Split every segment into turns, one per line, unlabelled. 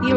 You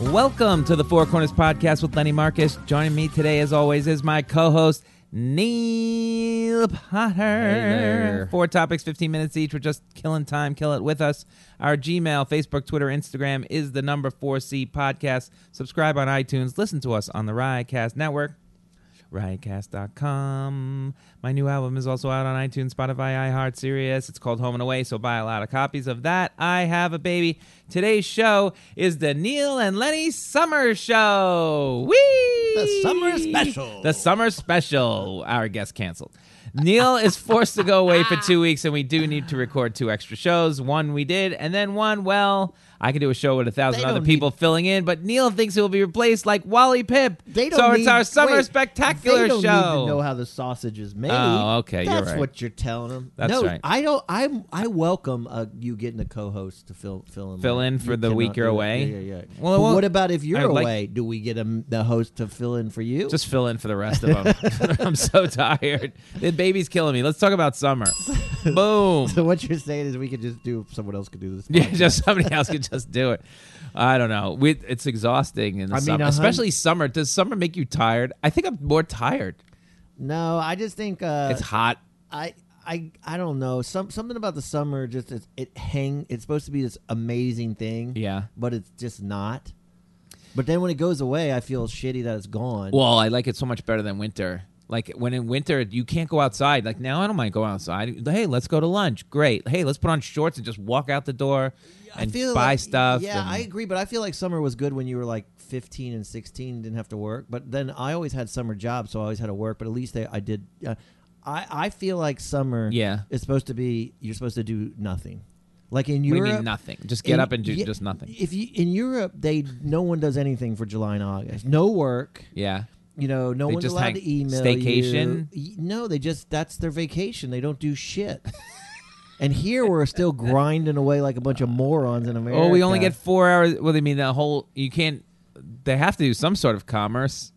Welcome to the Four Corners Podcast with Lenny Marcus. Joining me today, as always, is my co host, Neil Potter.
there.
Four topics, 15 minutes each. We're just killing time. Kill it with us. Our Gmail, Facebook, Twitter, Instagram is the number 4C podcast. Subscribe on iTunes. Listen to us on the Riotcast Network. Riotcast.com. My new album is also out on iTunes, Spotify, iHeart, Sirius. It's called Home and Away, so buy a lot of copies of that. I have a baby. Today's show is the Neil and Lenny Summer Show. Whee!
The summer special.
The summer special. Our guest canceled. Neil is forced to go away for two weeks, and we do need to record two extra shows. One we did, and then one, well, I could do a show with a thousand
They
other
don't
people filling in, but Neil thinks he will be replaced like Wally Pip.
They don't
so
need,
it's our summer
wait,
spectacular
they don't
show.
Need to know how the sausage is made.
Oh, okay, you're
That's
right.
what you're telling them.
That's
no,
right.
I don't. I am I welcome uh, you getting a co-host to fill fill in
Fill
when
in
you
for the
cannot
week you're
do it.
away?
Yeah, yeah. yeah.
Well, it
But
won't-
what about if
I
you're
would like-
away? do we get a, the host to fill in for you?
Just fill in for the rest of them. I'm so tired. The baby's killing me. Let's talk about summer. Boom.
so what you're saying is we could just do. Someone else could do this.
Yeah, just somebody else could just do it. I don't know. We, it's exhausting in the
I mean, uh-huh.
summer,
a hun-
especially summer. Does summer make you tired? I think I'm more tired.
No, I just think uh,
It's hot.
I I I don't know. Some something about the summer just it, it hang. It's supposed to be this amazing thing.
Yeah.
but it's just not. But then when it goes away, I feel shitty that it's gone.
Well, I like it so much better than winter. Like when in winter you can't go outside. Like now I don't mind going outside. Hey, let's go to lunch. Great. Hey, let's put on shorts and just walk out the door and buy
like-
stuff.
Yeah,
and-
I agree. But I feel like summer was good when you were like 15 and 16, didn't have to work. But then I always had summer jobs, so I always had to work. But at least I, I did. Uh, I I feel like summer.
Yeah.
is supposed to be you're supposed to do nothing. Like in
What do you
Europe,
mean nothing? Just get
in-
up and do
yeah,
just nothing.
If you in Europe, they no one does anything for July and August. No work.
Yeah.
You know, no
They
one's
just
allowed
hang-
to email
staycation?
you. Y- No, they just that's their vacation. They don't do shit. and here we're still grinding away like a bunch of morons in America.
Oh, we only get four hours. Well, they mean the whole. You can't. They have to do some sort of commerce.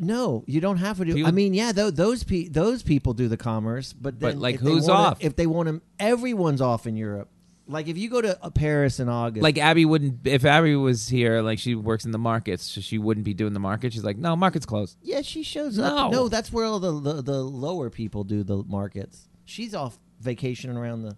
no. You don't have to do.
People-
I mean, yeah, though, those pe- those people do the commerce, but
But,
then
like,
if they
who's
wanna-
off?
If they want them, everyone's off in Europe. Like if you go to uh, Paris in August,
Like Abby wouldn't. If Abby was here, like she works in the markets, so she wouldn't be doing the market. She's like, no, market's closed.
yeah, she shows
No.
up. No, that's where all the, the the lower people do the markets. She's off vacationing around the.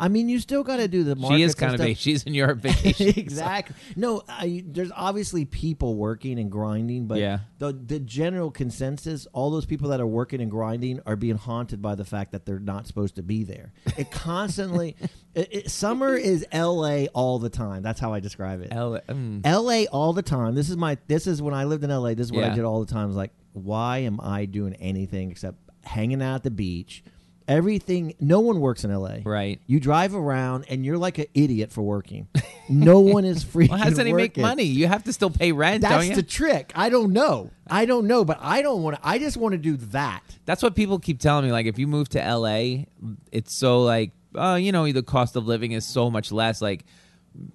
I mean, you still got to do the markets.
she is
and
kind of.
stuff.
A, she's in Europe vacation.
exactly. No, I, there's obviously people working and grinding, but
Yeah.
the the general consensus, all those people that are working and grinding are being haunted by the fact that they're not supposed to be there. It constantly, it, it- summer is L.A. all the time. That's how I describe it.
L- mm.
L.A. all the time. This is my. This is when I lived in L.A. This is what
Yeah.
I did all the time. It's like, why am I doing anything except hanging out at the beach? Everything. No one works in L.A.
Right.
You drive around and you're like an idiot for working. No one is free.
Well, how does he make money? You have to still pay rent, don't
That's
you?
the trick. I don't know. I don't know, but I don't want to. I just want to do that.
That's what people keep telling me. Like, if you move to LA, it's so like, oh, you know, the cost of living is so much less. Like,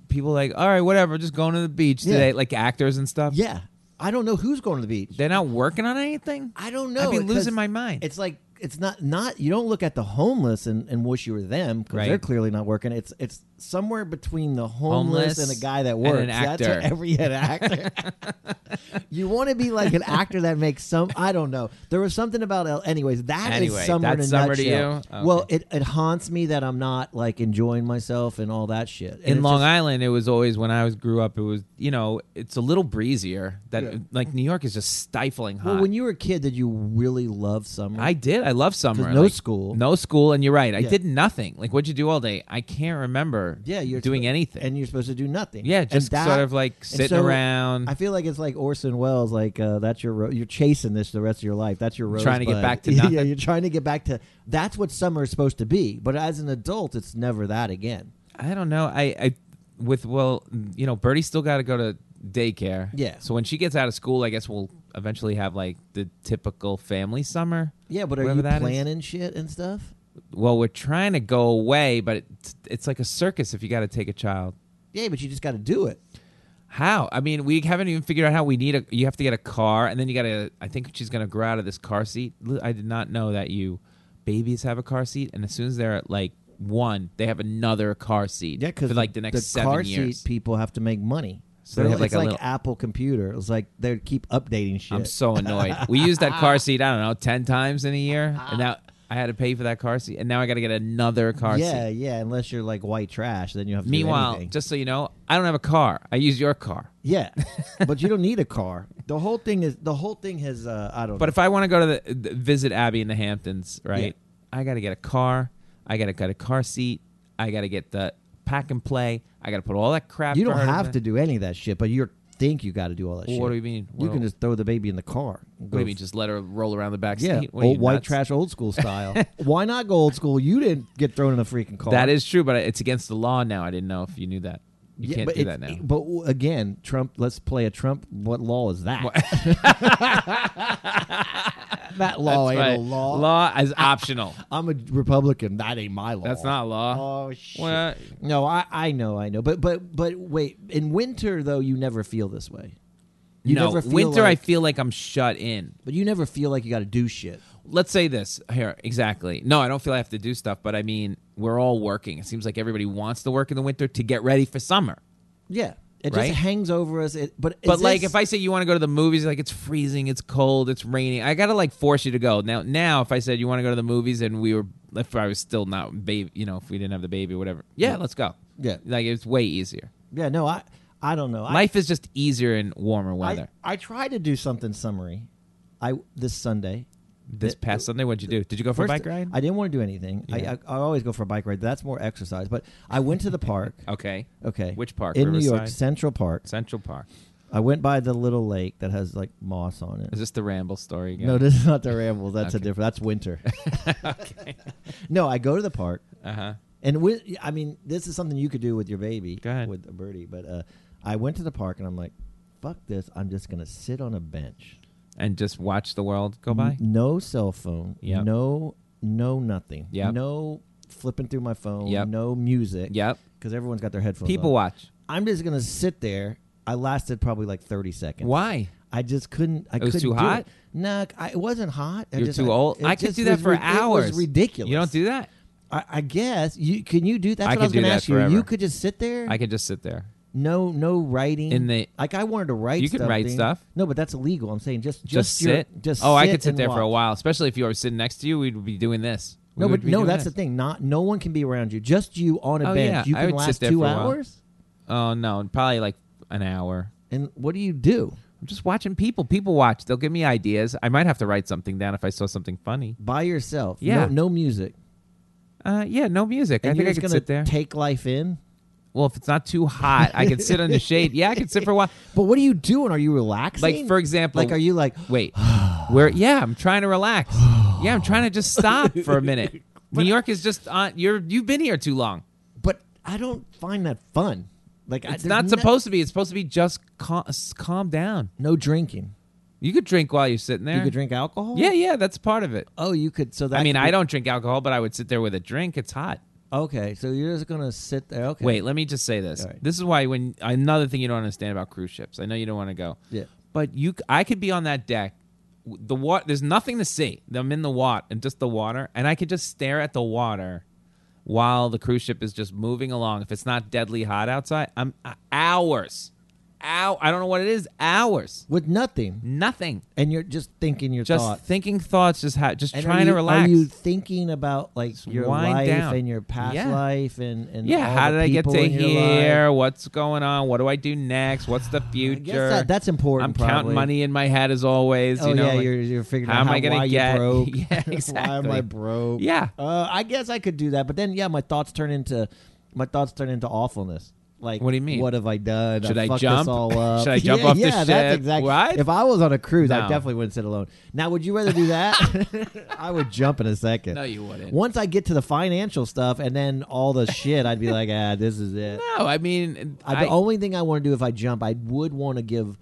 people are like, all right, whatever, just going to the beach
Yeah.
today. Like actors and stuff.
Yeah. I don't know who's going to the beach.
They're not working on anything.
I don't know.
I'd be
'cause
losing my mind.
It's like it's not not you don't look at the homeless and, and wish you were them because
Right.
they're clearly not working. It's it's somewhere between the homeless,
Homeless
and a guy that
and
works.
an
That's
actor.
what every an actor. you want to be like an actor that makes some. I don't know. There was something about L- anyways. That is
Anyway,
summer in
that's
a
summer to
nutshell.
you? Okay.
Well, it it haunts me that I'm not like enjoying myself and all that shit. And
in
it's
Long
just-
Island, it was always when I was grew up. It was you know, it's a little breezier. That like New York is just stifling hot.
Well, when you were a kid, did you really love summer?
I did. I love summer.
no
Like,
school.
No school, and you're right. I
Yeah.
did nothing. Like, what'd you do all day? I can't remember.
Yeah, you're
doing
sp-
anything.
and you're supposed to do nothing.
Yeah,
And
just
that-
sort of like
and
sitting
so
around.
I feel like it's like Orson Welles, like uh, that's your ro- you're chasing this the rest of your life. That's your rosebud.
Trying to get back to
yeah,
nothing.
you're trying to get back to that's what summer is supposed to be. But as an adult, it's never that again.
I don't know. I, I with well, you know, Bertie's still got to go to daycare.
Yeah.
So when she gets out of school, I guess we'll eventually have like the typical family summer.
Yeah, but are
whatever
you
that is.
planning shit and stuff?
Well, we're trying to go away, but it's, it's like a circus if you got to take a child.
Yeah, but you just got to do it.
How? I mean, we haven't even figured out how we need a. You have to get a car, and then you got to. I think she's gonna grow out of this car seat. L- I did not know that you babies have a car seat, and as soon as they're at like one, they have another car seat.
Yeah,
for
because
like the next seven
car
years.
seat people have to make money.
So they
They're-
have, like,
it's
a
like
little-
Apple computer. It's like they keep updating shit.
I'm so annoyed. we used that
Ah.
car seat. I don't know, ten times in a year, and now I had to pay for that car seat, and now I got to get another car
yeah,
seat.
yeah. Unless you're like white trash, then you have to. do
Meanwhile,
anything.
just so you know, I don't have a car. I use your car.
yeah, but you don't need a car. The whole thing is the whole thing has. Uh, I don't.
But
know.
if I want to go to the, th- visit Abby in the Hamptons, right? I got to get a car. I got to get a car seat. I got to get the pack and play. I got to put all that crap.
you
for
don't
her
have
do.
to do any of that shit, but you think you got to do all that
Well,
shit.
what do you mean?
You
What
can
do-
just throw the baby in the car. and
What do
go
you mean? Just let her roll around the back
Yeah,
seat? What are
old
you,
white
nuts?
trash, old school style. Why not go old school? You didn't get thrown in a freaking car.
That is true, but it's against the law now. I didn't know if you knew that. You
Yeah,
can't
but
do
it's-
that now.
it- but w- again, Trump. Let's play a Trump. What law is that? that law
That's
ain't
right.
a law.
Law is optional.
I'm a Republican. That ain't my law.
That's not law.
Oh shit.
Well,
no, I, I know, I know, but but but wait. In winter, though, you never feel this way. You
no,
never feel
winter.
like,
I feel like I'm shut in.
but you never feel like you got to do shit.
Let's say this here exactly. No, I don't feel I have to do stuff, but I mean, we're all working. It seems like everybody wants to work in the winter to get ready for summer.
Yeah, it
Right?
just hangs over us. It, but
But
is
like,
this-
if I say you want to go to the movies, like it's freezing, it's cold, it's raining. I gotta like force you to go. Now, now, if I said you want to go to the movies and we were, if I was still not baby, you know, if we didn't have the baby or whatever, yeah, let's go.
Yeah.
like it's way easier.
yeah, no, I I don't know. I-
Life is just easier in warmer
I,
weather.
I tried to do something summary. I this Sunday.
this past Sunday, what'd you do? Did you go for a bike ride?
I didn't want to do anything.
Yeah.
I, I, I always go for a bike ride. That's more exercise. But I went to the park.
okay.
Okay.
Oh, Which park?
In New
Riverside?
York, Central Park.
Central Park.
I went by the little lake that has like moss on it.
Is this the ramble story again?
No, this is not the rambles. That's a
Okay.
different. That's winter. No, I go to the park,
Uh huh.
and with, I mean, this is something you could do with your baby,
Go ahead.
with a birdie. But uh, I went to the park, and I'm like, "Fuck this! I'm just gonna sit on a bench.
And just watch the world go by.
No cell phone.
Yep.
No, no nothing.
Yep.
No flipping through my phone.
Yep.
No music.
Yep.
Because everyone's got their headphones.
People
on.
watch.
I'm just gonna sit there. I lasted probably like 30 seconds.
Why?
I just couldn't. I
It was
couldn't
too
do
hot?
It. No, I, it wasn't hot. I
You're
just-
too old.
it
I could
just
do that
was
for
ri-
hours.
It was ridiculous.
You don't do that.
I, I guess you can. You do that's
I
what
could
I was
do
going to
that
ask you.
forever.
You could just sit there.
I could just sit there.
no, no writing.
In the-
like, I wanted to write.
You could write
something.
stuff.
No, but that's illegal. I'm saying just
Just,
just, your-
sit.
just
oh, I could sit
and
there for a
watch.
while, especially if you were sitting next to you. We'd be doing this. We
No,
would
but
be
no,
doing
that's
this.
the thing. Not no one can be around you. Just you on a
Oh, yeah.
bench. You
I
can
would sit
last
there
two
for a while.
hours.
Oh no, probably like an hour.
And what do you do?
I'm just watching people. People watch. They'll give me ideas. I might have to write something down if I saw something funny.
By yourself.
Yeah.
No, no music.
Uh, yeah, no music.
And
I think
you're
I
just
could
gonna
sit there.
take life in.
well, if it's not too hot, I could sit in the shade. Yeah, I could sit for a while.
But what are you doing? Are you relaxing?
Like for example,
like are you like
Wait, where? Yeah, I'm trying to relax. Yeah, I'm trying to just stop for a minute. New York is just on. You're you've been here too long.
But I don't find that fun. Like I,
It's
there's
not
no-
supposed to be. It's supposed to be just calm, calm down.
no drinking.
You could drink while you're sitting there.
You could drink alcohol.
Yeah, yeah, that's part of it.
Oh, you could. So that
I mean,
could
I
be-
don't drink alcohol, but I would sit there with a drink. It's hot.
Okay, so you're just gonna sit there. Okay.
Wait, let me just say this.
All right.
This is why when another thing you don't understand about cruise ships. I know you don't want to go.
Yeah.
But you, c- I could be on that deck. W- The water, there's nothing to see. I'm in the water and just the water, and I could just stare at the water while the cruise ship is just moving along. If it's not deadly hot outside, I'm uh, hours. Ow, I don't know what it is. Hours.
With nothing,
Nothing.
and you're just thinking your
Just
thoughts.
thinking thoughts. Just ha- just
And are
trying
you-
to relax.
Are you thinking about like your
wind
life
down.
and your past
Yeah.
life and and
Yeah,
all
how
the
did I get
people
to
in your life?
here? What's going on? What do I do next? What's the
I
future?
guess that, that's important.
I'm counting
probably.
money in my head as always.
Oh
you know,
yeah,
like,
you're, you're figuring out
how am
how
I gonna
why you
get-
broke.
Yeah,
why am
exactly.
I broke?
Yeah.
Uh, I guess I could do that, but then yeah, my thoughts turn into my thoughts turn into awfulness. Like,
What do you mean?
What have I done?
Should I
fucked
jump?
This all up.
Should I jump
yeah,
off the
yeah,
ship?
That's exactly.
What?
If I was on a cruise, I
No.
definitely wouldn't sit alone. Now, would you rather do that? I would jump in a second.
No, you wouldn't.
Once I get to the financial stuff and then all the shit, I'd be like, ah, this is it.
No, I mean,
I, oh,
I,
the only thing I want to do if I jump, I would want to give,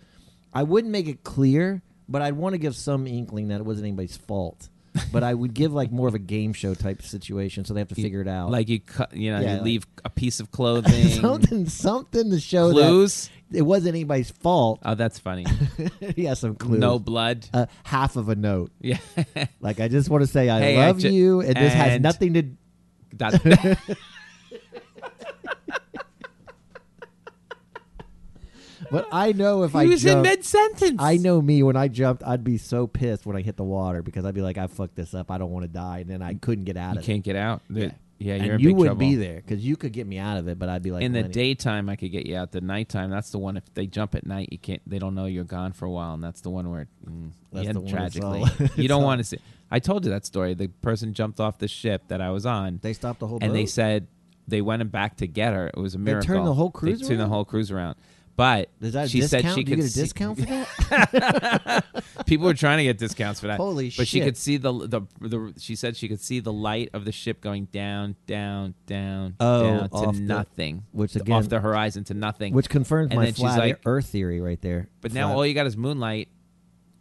I wouldn't make it clear, but I'd want to give some inkling that it wasn't anybody's fault. but I would give like more of a game show type situation, so they have to figure it out.
like you cut, you know,
Yeah,
you
like-
leave a piece of clothing.
something, something to show
Clues?
that it wasn't anybody's fault.
Oh, that's funny.
yeah, some clues.
no blood.
uh, half of a note.
Yeah.
Like I just want to say I
Hey, I
love
ju-
you, and this has
and-
nothing to.
That-
But I know if I
he was in
jump,
mid sentence.
I know me when I jumped, I'd be so pissed when I hit the water because I'd be like, I fucked this up. I don't want to die, and then I couldn't get out
You
of it.
can't get out. Yeah, yeah you're in
and you
big
wouldn't
trouble.
be there because you could get me out of it, but I'd be like,
in the
Lenny.
daytime, I could get you out. The nighttime, that's the one. If they jump at night, you can't. They don't know you're gone for a while, and that's the one where, mm,
That's
yeah,
the one that's
tragically,
all- it's
you don't
all-
want to see. I told you that story. The person jumped off the ship that I was on.
They stopped the whole
and they
boat?
said they went and back to get her. It was a miracle.
turned the whole
They
cruise
turned
around?
the whole cruise around. But
Is that a
she
discount?
said she
Do
could
you get a
see-
discount for that?
People were trying to get discounts for that.
Holy
But she
shit.
could see the, the the she said she could see the light of the ship going down, down, down,
Oh,
down to
off the-
nothing.
which
To-
again-
off the horizon to nothing.
Which confirms
And
my
then she's
flat
like-
Earth theory right there.
but now
Flat-
all you got is moonlight,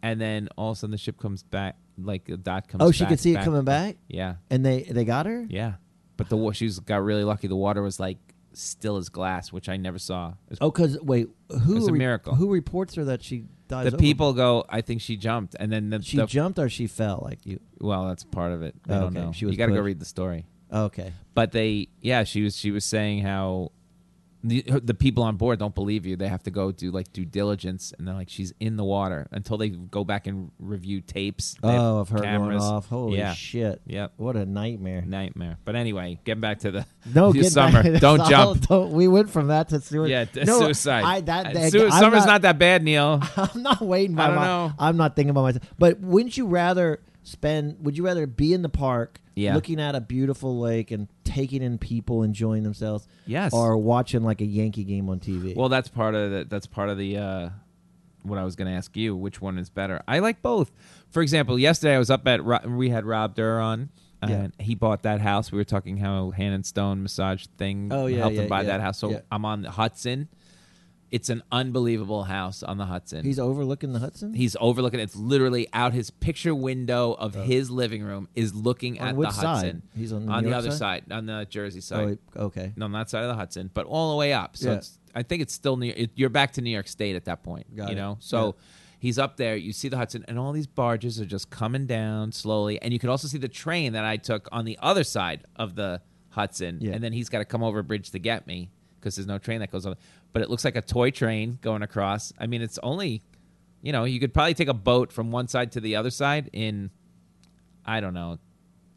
and then all of a sudden the ship comes back, like the dot comes.
Oh, she
back,
could see it
back,
coming back?
Yeah,
and they they got her.
yeah. But the wa- she was got really lucky. The water was like still as glass, which I never saw. It was
Oh, because wait, who
It's a miracle.
Who reports her that she dies?
the
over?
people go, I think she jumped, and then the,
Oh, She
the-
jumped or she fell. Like you.
well, that's part of it. I
Oh,
don't
okay.
know.
She was
you got to go
pushed.
read the story.
Okay.
But they, yeah, she was she was saying how the, her- the people on board don't believe you. They have to go do like due diligence, and they're like, she's in the water until they go back and review tapes. They have
Oh, of her going
cameras.
off. Holy
yeah.
shit.
Yep.
What a nightmare.
Nightmare. But anyway, getting back to the
No,
the
get
summer.
back-
Don't
it's all-
jump.
don't- we went from that to suicide.
yeah, d-
no,
suicide.
I, that,
Uh,
that-
sui-
I'm
summer's not, that bad, Neil.
I'm not waiting. By
I don't
my,
know.
I'm not thinking about myself. But wouldn't you rather spend? Would you rather be in the park,
Yeah.
looking at a beautiful lake and taking in people enjoying themselves,
Yes.
or watching like a Yankee game on TV?
Well, that's part of the, that's part of the uh, what I was going to ask you. Which one is better? I like both. For example, yesterday I was up at Ro- we had Rob Durr on, and he bought that house. We were talking how Hand and Stone massage thing
Oh, yeah,
helped
yeah,
him buy
yeah,
that house. So
yeah.
I'm on the Hudson. It's an unbelievable house on the Hudson.
he's overlooking the Hudson.
He's overlooking. It's literally out his picture window of his living room is looking
Oh. On
at
which
the
side?
Hudson.
He's on the
the
New York
other
side?
side? on the Jersey side.
oh, okay.
No, not side of the Hudson, but all the way up. So
Yeah.
it's, I think it's still New. It, you're back to New York State at that point.
Got
you
it.
know, so he's up there. You see the Hudson, and all these barges are just coming down slowly, and you can also see the train that I took on the other side of the Hudson,
Yeah.
and then he's got to come over a bridge to get me because there's no train that goes on. But it looks like a toy train going across. I mean, it's only, you know, you could probably take a boat from one side to the other side in, I don't know,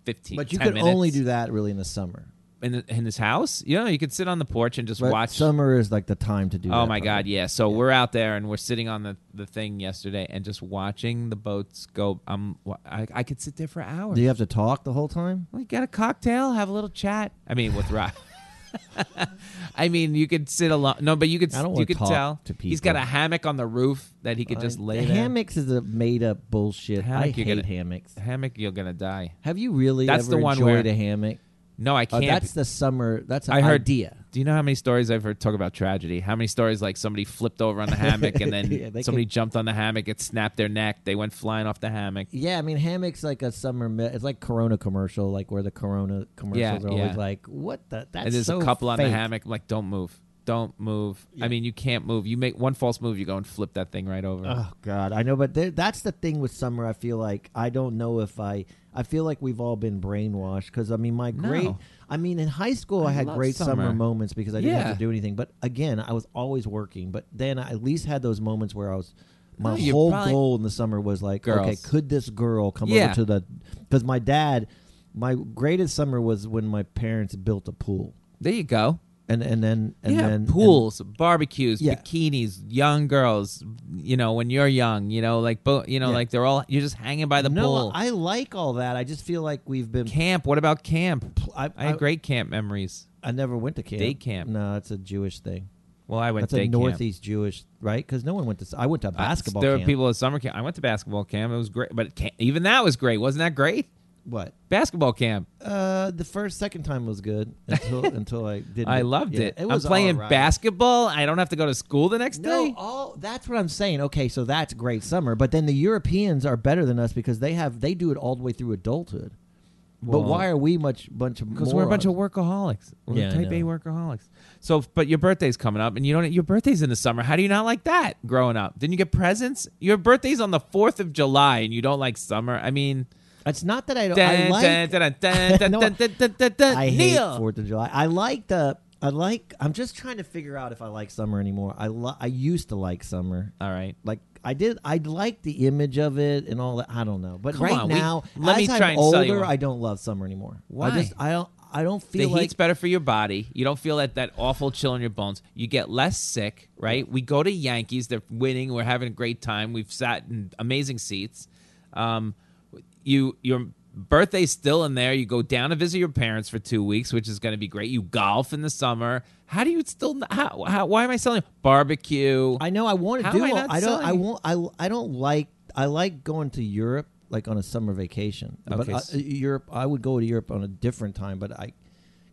fifteen.
But you
10
could only
minutes
do that really in the summer.
in the, in his house. You know, you could sit on the porch and just
But
watch.
summer is like the time to do.
oh
that
my
probably.
God, yeah. So we're out there and we're sitting on the, the thing yesterday and just watching the boats go. Um, wa- I, I could sit there for hours.
Do you have to talk the whole time?
We got a cocktail, have a little chat. I mean, with Rob. I mean, you could sit alone. No, but you could.
I don't
you
wanna
could
talk
tell.
to
He's got a
people.
hammock on the roof that he could just
I-
lay.
the
there.
Hammocks is a made up bullshit. I
Hammock,
hate
you're gonna-
hammocks.
Hammock, you're gonna die.
Have you really
That's
ever
the one
enjoyed
where-
a hammock?
No, I
Oh,
can't.
that's the summer. That's an
I heard.
idea.
Do you know how many stories I've heard talk about tragedy? How many stories like somebody flipped over on the hammock and then
Yeah, they
somebody
could-
jumped on the hammock, it snapped their neck, they went flying off the hammock.
Yeah, I mean, hammocks like a summer. mi- It's like Corona commercial, like where the Corona commercials
Yeah,
are always
yeah.
like, "What the?" That's
and there's
so
a couple on the
fake.
hammock like don't move. Don't move. I mean, you can't move. You make one false move, you go and flip that thing right over.
Oh God, I know, but there, that's the thing with summer. I feel like I don't know if I. I feel like we've all been brainwashed because I mean, my great.
No.
I mean, in high school, I,
I
had
love
great summer.
summer.
moments because I didn't
Yeah.
have to do anything. But again, I was always working. But then I at least had those moments where I was.
No,
My
you're
whole
probably-
goal in the summer was like, okay,
Girls.
could this girl come
Yeah.
over to the? Because my dad, my greatest summer was when my parents built a pool,
There you go.
and and then and
yeah,
then and-
pools, barbecues,
Yeah.
bikinis, young girls. You know, when you're young, you know, like, bo- you know,
Yeah.
like they're all you're just hanging by the
no,
pool.
I like all that. I just feel like we've been
camp. What about camp?
I-
I had
I-
great camp memories.
I never went to camp.
Day camp.
No, it's a Jewish thing.
Well, I went
That's
to day
a
camp.
Northeast Jewish, right? Because no one went to. s- I went to
Uh,
basketball.
There
camp.
were people at summer camp. I went to basketball camp. It was great, but ca- even that was great. Wasn't that great?
What?
Basketball camp.
Uh, the first, second time was good until until I did.
I loved
yeah,
it.
It was
I'm playing
all right.
basketball. I don't have to go to school the next
No,
day.
all that's what I'm saying. Okay, so that's great summer, but then the Europeans are better than us because they have they do it all the way through adulthood.
Well,
but why are we much bunch of
Because we're a bunch of
morons?
workaholics. We're
Yeah, I
type A
know.
workaholics. So, but your birthday's coming up, and you don't. Your birthday's in the summer. How do you not like that? Growing up, didn't you get presents? Your birthday's on the fourth of July, and you don't like summer. I mean,
It's not that I don't. I
dun,
like.
dun, dun, dun, dun,
No,
dun, dun, dun, dun, dun.
I
Neil.
hate Fourth of July. I like the. I like. I'm just trying to figure out if I like summer anymore. I lo- I used to like summer. Uh,
All right.
Like I did. I like the image of it and all that. I don't know. But
Come
right
on, we-
now,
let
as
me
I'm
try and
older,
sell you one.
I don't love summer anymore.
Why?
I just. I don't. I don't
the
feel like
heat's better for your body. You don't feel that, that awful chill in your bones. You get less sick, right? We go to Yankees. They're winning. We're having a great time. We've sat in amazing seats. Um, you your birthday's still in there. You go down to visit your parents for two weeks, which is going to be great. You golf in the summer. How do you still? n- How, how, why am I selling barbecue?
I know I want to
How
do.
am I
all-
not
I don't. I
selling?
won't. I, I don't like. I like going to Europe like on a summer vacation.
Okay,
But
s-
I, Europe, I would go to Europe on a different time. But I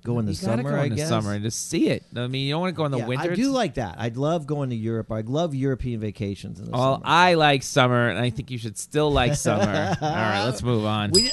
go in the
you gotta
summer.
Go in
I
the
guess.
summer and just see it. I mean, you don't want to go in the
Yeah,
winter.
I
It's-
do like that. I love going to Europe. I love European vacations in the
Well,
summer.
I like summer, and I think you should still like summer. All right, let's move on.
we,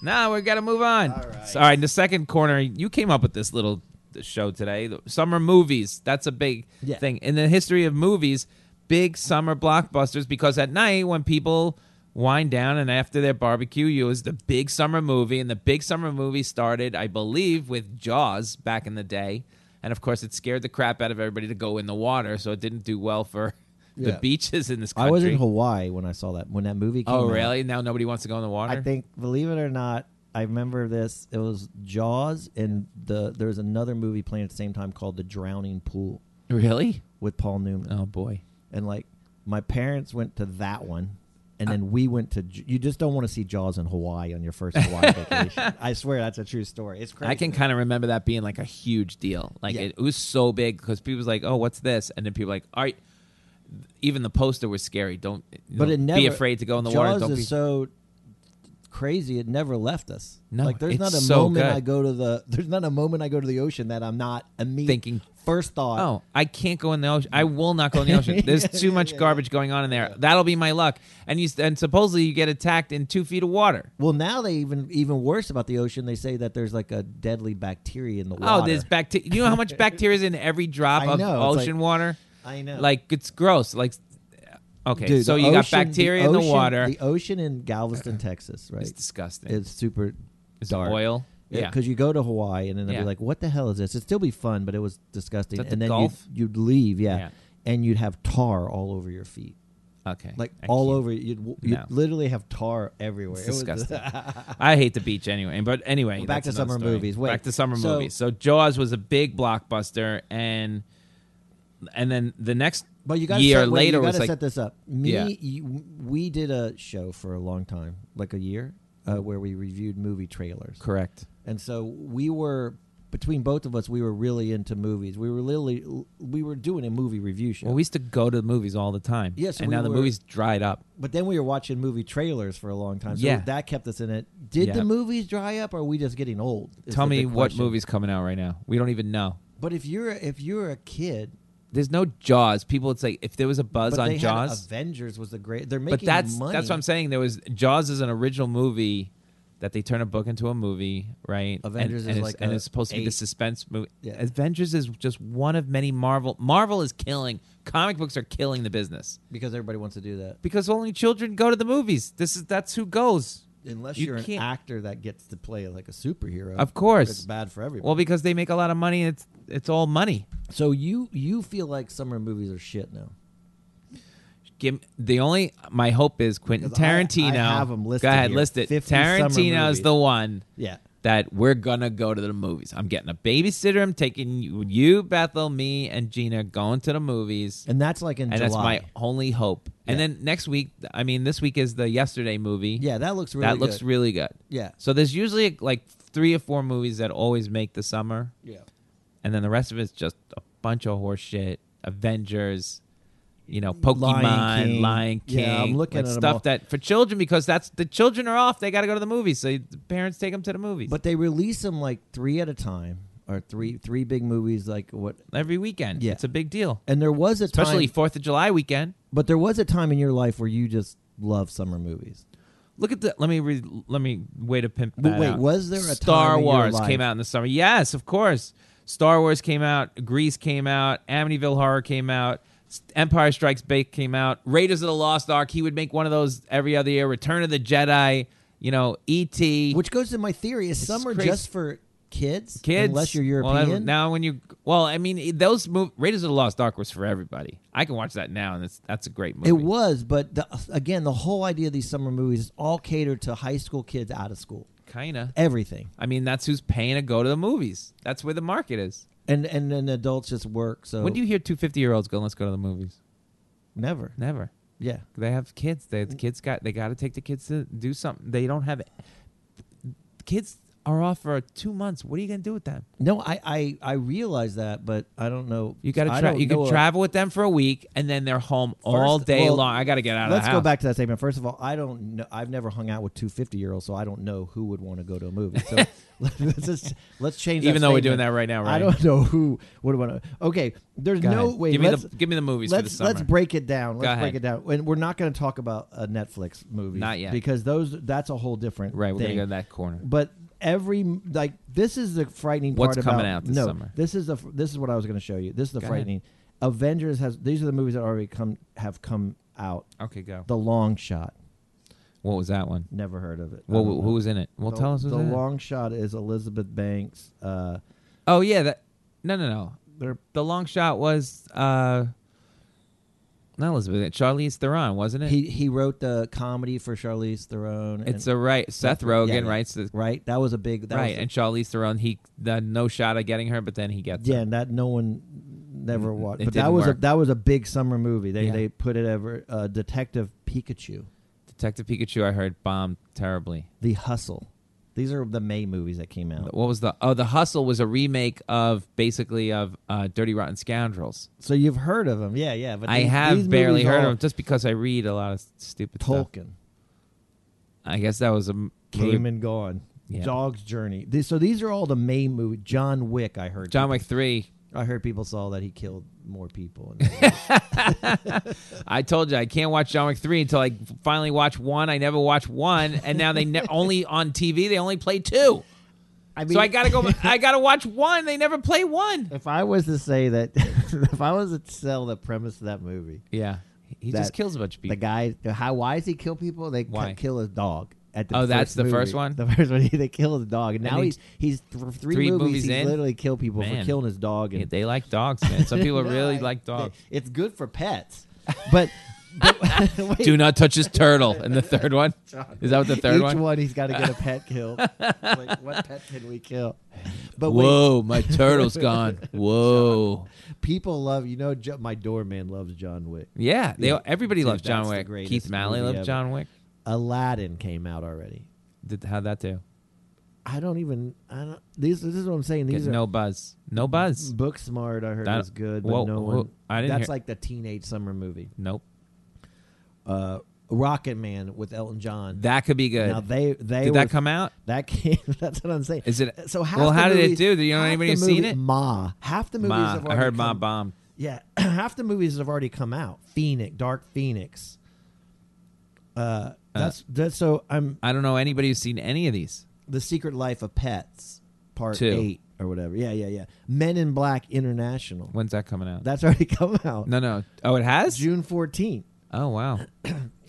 No, we got to move on. All right. All right. The second corner, you came up with this little show today. the Summer movies. That's a big
Yeah.
thing in the history of movies. Big summer blockbusters because at night when people wind down and after their barbecue, you was the big summer movie, and the big summer movie started, I believe, with Jaws back in the day, and of course it scared the crap out of everybody to go in the water, so it didn't do well for the
Yeah.
beaches in this country.
I was in Hawaii when I saw that when that movie came.
Oh
out.
really? Now nobody wants to go in the water.
I think, believe it or not, I remember this. It was Jaws, and the there was another movie playing at the same time called The Drowning Pool
really.
with Paul Newman.
Oh boy.
and like my parents went to that one and then we went to J- you just don't want to see jaws in hawaii on your first hawaii vacation i swear that's a true story it's crazy
I can kind of remember that being like a huge deal. Like
Yeah.
it, was so big because people was like, "Oh, what's this?" And then people were like, "All right." Even the poster was scary. Don't, you
but
know,
it never
be afraid to go in the
jaws
water. Don't
is
be.
so crazy it never left us
No,
like there's
it's
not a
so
moment
good.
i go to the there's not a moment i go to the ocean that i'm not immediately
Thinking,
first thought
oh, I can't go in the ocean. I will not go in the ocean. There's too much garbage going on in there. That'll be my luck. And you s- and supposedly you get attacked in two feet of water.
well now they even even worse about the ocean they say that there's like a deadly bacteria in the water
Oh, there's bacteria. You know how much bacteria is in every drop
I
of
know, it's
ocean
like-
water?
I know.
Like it's gross. Like okay,
Dude,
so
the
you got
ocean-
bacteria in the
ocean-
water.
the ocean in galveston texas right
it's disgusting.
It's super
Is it
dark.
oil? Yeah.
because you go to Hawaii and then they'll
Yeah.
be like, "What the hell is this?" It'd still be fun, but it was disgusting.
Is that the
and then
Gulf?
you'd, you'd leave, yeah,
Yeah.
and you'd have tar all over your feet,
okay,
like
I
all
can't.
over. You'd w- you'd
No.
literally have tar everywhere.
It's
It was-
disgusting. I hate the beach anyway. But anyway,
Well, back
that's
to
another
summer
story.
movies. Wait,
back to summer
so-
movies. So Jaws was a big blockbuster, and and then the next
but you got
year
set, wait,
later
you gotta
was like
set this up. Me,
Yeah.
you, we did a show for a long time, like a year,
Mm-hmm.
uh, where we reviewed movie trailers.
correct.
and so we were between both of us we were really into movies we were literally we were doing a movie review show
Well, we used to go to the movies all the time.
Yeah, so
and
we
now the
were-
movies dried up.
but then we were watching movie trailers for a long time so
Yeah.
that kept us in it did
Yeah.
the movies dry up or are we just getting old is
Tell
the
me
big
what
question.
movie's coming out right now. We don't even know.
but if you're if you're a kid
There's no Jaws. People, it's like if there was a buzz
but
on
they had
Jaws,
avengers was the great they're making
but that's
money
that's what I'm saying. There was Jaws is an original movie that they turn a book into a movie, right? And-
Avengers
and
is
it's-
like
and
a
it's supposed to be the
eight.
suspense movie.
Yeah.
Avengers is just one of many Marvel. Marvel is killing. Comic books are killing the business
because everybody wants to do that
because only children go to the movies. This is that's who goes.
unless
You
you are an
can't-
actor that gets to play like a superhero
Of course.
it's bad for everybody
Well, because they make a lot of money, and it's it's all money.
so you you feel like summer movies are shit now
Give, the only my hope is Quentin
'Cause I- I
Tarantino.
have 'em listed
go ahead,
here.
list it.
50 summer
Tarantino's
movies.
the one.
yeah
that we're gonna go to the movies. I'm getting a babysitter. I'm taking you, you Bethel, me, and Gina going to the movies,
and that's like in
and
July.
that's my only hope. And
Yeah.
then next week, I mean, this week is the yesterday movie.
Yeah, that looks really
that looks
good.
really good.
Yeah.
So there's usually like three or four movies that always make the summer.
yeah.
and then the rest of it's just a bunch of horse shit. Avengers, you know, Pokemon, Lion
King.
King,
Yeah, I'm looking
like
at 'em
stuff
all.
that for children because that's the children are off. They got to go to the movies, so the parents take them to the movies.
But they release them like three at a time, or three three big movies. Like what?
every weekend,
Yeah.
it's a big deal,
And there was a
especially
time,
Fourth of July weekend.
but there was a time in your life where you just loved summer movies.
Look at the. Let me read. Let me way to pimp
But
that
wait,
out.
was there a
Star
time in your
Wars
life-
came out in the summer? Yes, of course. Star Wars came out. Grease came out. Amityville Horror came out. S- Empire Strikes Back came out. Raiders of the Lost Ark. He would make one of those every other year. Return of the Jedi. You know, E E.T.
Which goes to my theory: is summer
crazy.
just for kids?
kids?
unless you're
Well,
European.
now when you well, I mean it- those mov Raiders of the Lost Ark was for everybody. I can watch that now, and it's that's a great movie.
It was, but the, again, the whole idea of these summer movies is all catered to high school kids out of school.
kinda.
Everything,
I mean, that's who's paying to go to the movies. That's where the market is.
and and then adults just work. So
When do you hear two 50 year olds go, let's go to the movies?
never?
Never.
Yeah,
They have kids. They the kids got they got to take the kids to do something. They don't have kids are off for two months. What are you gonna do with them?
no, I I, I realize that, but I don't know.
You got
I
to tra-
don't
you
know
can
a-
travel with them for a week and then they're home all
First-
day
well,
long. I got to get out of
Let's
the
go
house.
back to that statement. First of all, I don't know. I've never hung out with two 50 year olds, so I don't know who would want to go to a movie. So let's just, let's change. that
Even though we're doing
statement.
that right now,
I
right?
don't know who would want to. Okay, there's
Go
no
ahead.
way.
Give me
let's-
the give me the movies for the
Let's
summer.
let's break it down. Let's break
ahead.
it down. And we're not going to talk about a Netflix movie,
Not yet.
because those that's a whole different
right. We're
thing.
gonna go to that corner.
But every like this is the frightening
What's
part
coming
about,
out this
no,
summer?
This is the fr- this is what I was going to show you. This is the
Go ahead.
frightening. Avengers has these are the movies that already come have come out.
Okay, go.
The Long Shot.
What was that one?
Never heard of it. I
Well,
don't
who
know.
was in it? Well,
the,
tell us who's
the
in it.
Long Shot is Elizabeth Banks. Uh,
Oh yeah, that no no no.
they're
The long shot was uh not Elizabeth, Charlize Theron, wasn't it?
he he wrote the comedy for Charlize Theron.
It's
and,
a right. Seth
Yeah,
Rogen
yeah.
writes the
right. That was a big that
right,
was a-
and Charlize Theron. He the no shot at getting her, but then he gets.
Yeah,
her.
and that no one never watched.
it
But that
didn't
was a
work.
that was a big summer movie. They
Yeah.
they put it ever uh, Detective Pikachu,
Detective Pikachu. I heard bombed terribly.
The Hustle. These are the May movies that came out.
What was the? Oh, the Hustle was a remake of basically of uh, Dirty Rotten Scoundrels.
So you've heard of them, yeah, yeah. But
I
these-
have
these
barely
movies
heard
all-
of them just because I read a lot of s- stupid stuff.
Tolkien
I guess that was a m-
came and gone.
Yeah.
Dog's Journey. These, so these are all the May movies. John Wick. I heard.
John
people-
Wick three.
I heard people saw that he killed more people.
I told you I can't watch John Wick three until I finally watch one. I never watch one, and now they ne- only on TV. They only play two.
I mean,
So I gotta go. I gotta watch one. They never play one.
If I was to say that, if I was to sell the premise of that movie,
Yeah, he
that-
just kills a bunch of people.
The guy, how? Why does he kill people? They
Why?
cut kill his dog. At the
Oh, that's the
movie.
first one?
The first one, they kill his dog. And now
they-
he's he's th- three,
three
movies,
movies
he's
in?
literally killed people
Man.
for killing his dog.
Yeah,
And
they like dogs, man. Some people really
No, I-
like dogs.
they- it's good for pets, but. but wait,
Do not touch his turtle. And the third one is that what the third
each
one?
one he's got to get a pet killed. like, what pet can we kill? But wait,
Whoa, my turtle's gone. Whoa.
people love you know. Jo- my doorman loves John Wick.
Yeah, they
Yeah,
everybody
dude,
loves John
that's the
Wick.
greatest
Keith Malley
movie
loved
ever.
John Wick.
Aladdin came out already.
Did how'd that do?
I don't even. I don't. These. This is what I'm saying. These
Get
are
no buzz. No buzz.
Book Smart, I heard
That-
was good, but
whoa,
no
whoa,
one.
I didn't
that's
hear-
like the teenage summer movie.
Nope.
Uh, Rocket Man with Elton John.
That could be good.
now they they
Did
were,
that come out?
That came. That's what I'm saying.
Is it-
so? Half
well,
the
how did it
movies-
do? Do you know
half
anybody
the
who's seen
movie-
it?
Ma. Half the movies.
Ma,
have
I
already
heard Ma
come,
bomb.
Yeah, half the movies have already come out. Phoenix, Dark Phoenix. Uh, that's that's so. I'm
I don't know anybody who's seen any of these.
the Secret Life of Pets, Part
Two.
Eight or whatever. Yeah, yeah, yeah. Men in Black International.
When's that coming out?
That's already come out.
no, no. Oh, it has.
June 14th.
Oh wow.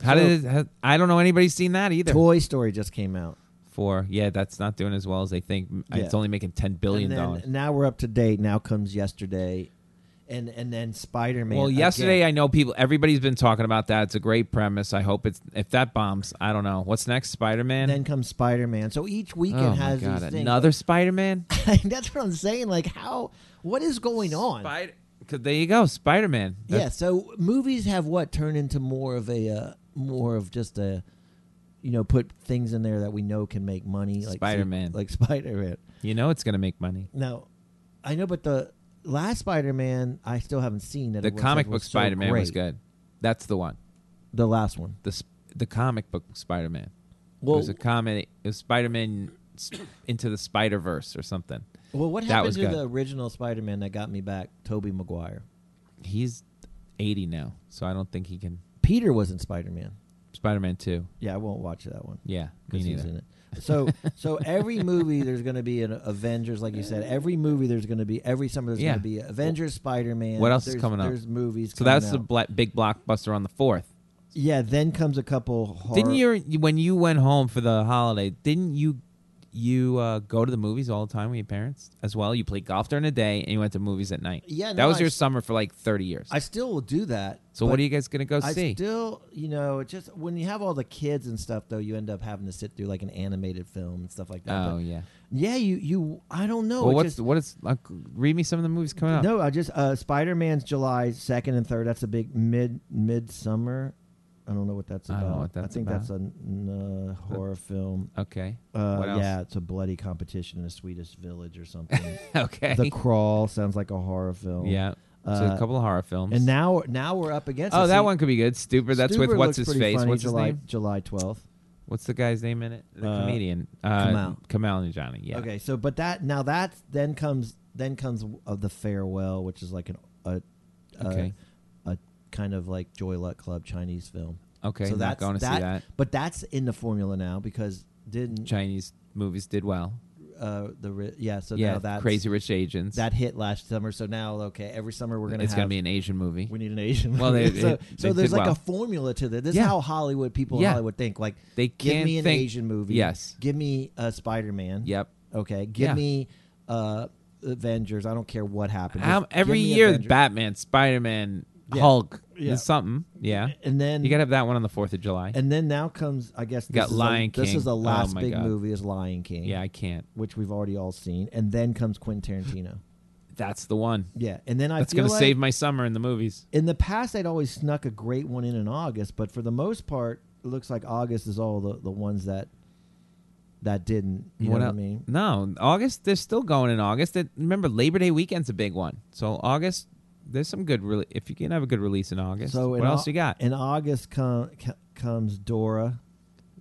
How did it? How, I don't know anybody's seen that either.
Toy Story just came out.
Four. Yeah, that's not doing as well as they think. It's
Yeah.
only making ten
and
billion
then
dollars.
now we're up to date. Now comes yesterday. And and then Spider Man.
Well, yesterday I know people. Everybody's been talking about that. It's a great premise. I hope it's if that bombs. I don't know what's next. Spider Man.
then comes Spider Man. So each weekend
oh my
has
god,
these things.
another Spider Man.
That's what I'm saying. Like how what is going on?
Spider. There you go, Spider Man.
yeah, so movies have what turned into more of a uh, more of just a you know, put things in there that we know can make money like
Spider-Man.
Like Spider Man.
You know it's gonna make money.
Now I know, but the last Spider-Man I still haven't seen. That
The
it was-
comic
was
book
so
Spider Man was
great.
good. That's the one.
The last one.
The sp- the comic book Spider Man. it
Well,
was a comedy. It was Spider Man into the Spider Verse or something.
well, what
that
happened
was
to
good.
the original Spider-Man that got me back? Toby Maguire.
He's eighty now, so I don't think he can.
Peter wasn't Spider-Man.
Spider Man Two.
Yeah, I won't watch that one.
Yeah, me
because he's
neither.
in it. So so every movie there's going to be an Avengers, like you said. Every movie there's going to be every summer there's
Yeah.
going to be Avengers, Spider Man.
What else is coming up?
There's movies.
So
coming
that's the
out.
bla- big blockbuster on the fourth.
yeah. Then comes a couple. Horror.
Didn't you when you went home for the holiday? Didn't you you uh, go to the movies all the time with your parents as well? You played golf during the day and you went to movies at night.
Yeah,
that
no,
was
I
your
s-
summer for like thirty years.
I still will do that.
so what
but
are you guys gonna go
I
see?
still, you know, it just when you have all the kids and stuff, though, you end up having to sit through like an animated film and stuff like that.
oh
But
yeah.
yeah, you, you, I don't know.
well,
It
what's
just-
what is? Like, read me some of the movies coming up.
No, I just uh, Spider Man's July second and third. That's a big mid midsummer. I don't know what that's
I
about.
don't know what that's
think
about.
that's a n- uh, horror film.
Okay.
Uh,
what else?
Yeah, it's a bloody competition in a Swedish village or something.
Okay.
the Crawl sounds like a horror film.
yeah. so
Uh,
a couple of horror films.
And now, now we're up against.
oh,
it.
that
See,
one could be good. Stupid. That's with
Stuber looks
what's his
pretty
face.
funny,
what's
July,
his name?
July twelfth.
What's the guy's name in it? The
Uh,
comedian. Uh,
Kamau.
Kamau and Johnny. Yeah.
Okay, so but that now that then comes then comes of the farewell, which is like an a, a,
Okay.
a kind of like Joy Luck Club Chinese film.
Okay.
so
not
that's
going to
that,
see that.
But that's in the formula now because didn't
Chinese movies did well.
uh, the ri- yeah? So
yeah.
now that's
Crazy Rich Asians.
that hit last summer. So now okay, every summer we're gonna
it's
have,
going to be an Asian movie.
we need an Asian.
Well,
movie.
they-
so,
it-
so
they
there's
did
like
well.
a formula to this. This
Yeah.
is how Hollywood people in
Yeah.
Hollywood think. Like
They
give
can't
me an
think-
Asian movie.
Yes.
Give me a Spider Man.
Yep.
Okay. Give
Yeah.
me uh, Avengers. I don't care what happened.
How-
Just give
every
me
year,
Avengers.
Batman, Spider Man,
Yeah.
Hulk,
Yeah.
there's something. Yeah.
And then
You got to have that one on the 4th of July.
and then now comes I guess this
got
is a-
Lion
This
King.
is the
Oh
last
my
big
God.
movie is Lion King.
yeah, I can't.
which we've already all seen, and then comes Quentin Tarantino.
That's the one.
Yeah, and then I
That's
feel
going to
like
save my summer in the movies.
in the past I'd always snuck a great one in in August, but for the most part, it looks like August is all the, the ones that that didn't. You know what I
el-
mean?
No, August. They're still going in August. It- remember, Labor Day weekend's a big one. So August, there's some good. Re- if you can have a good release in August,
So
what
in
else
Au-
you got?
In August com- co- comes Dora,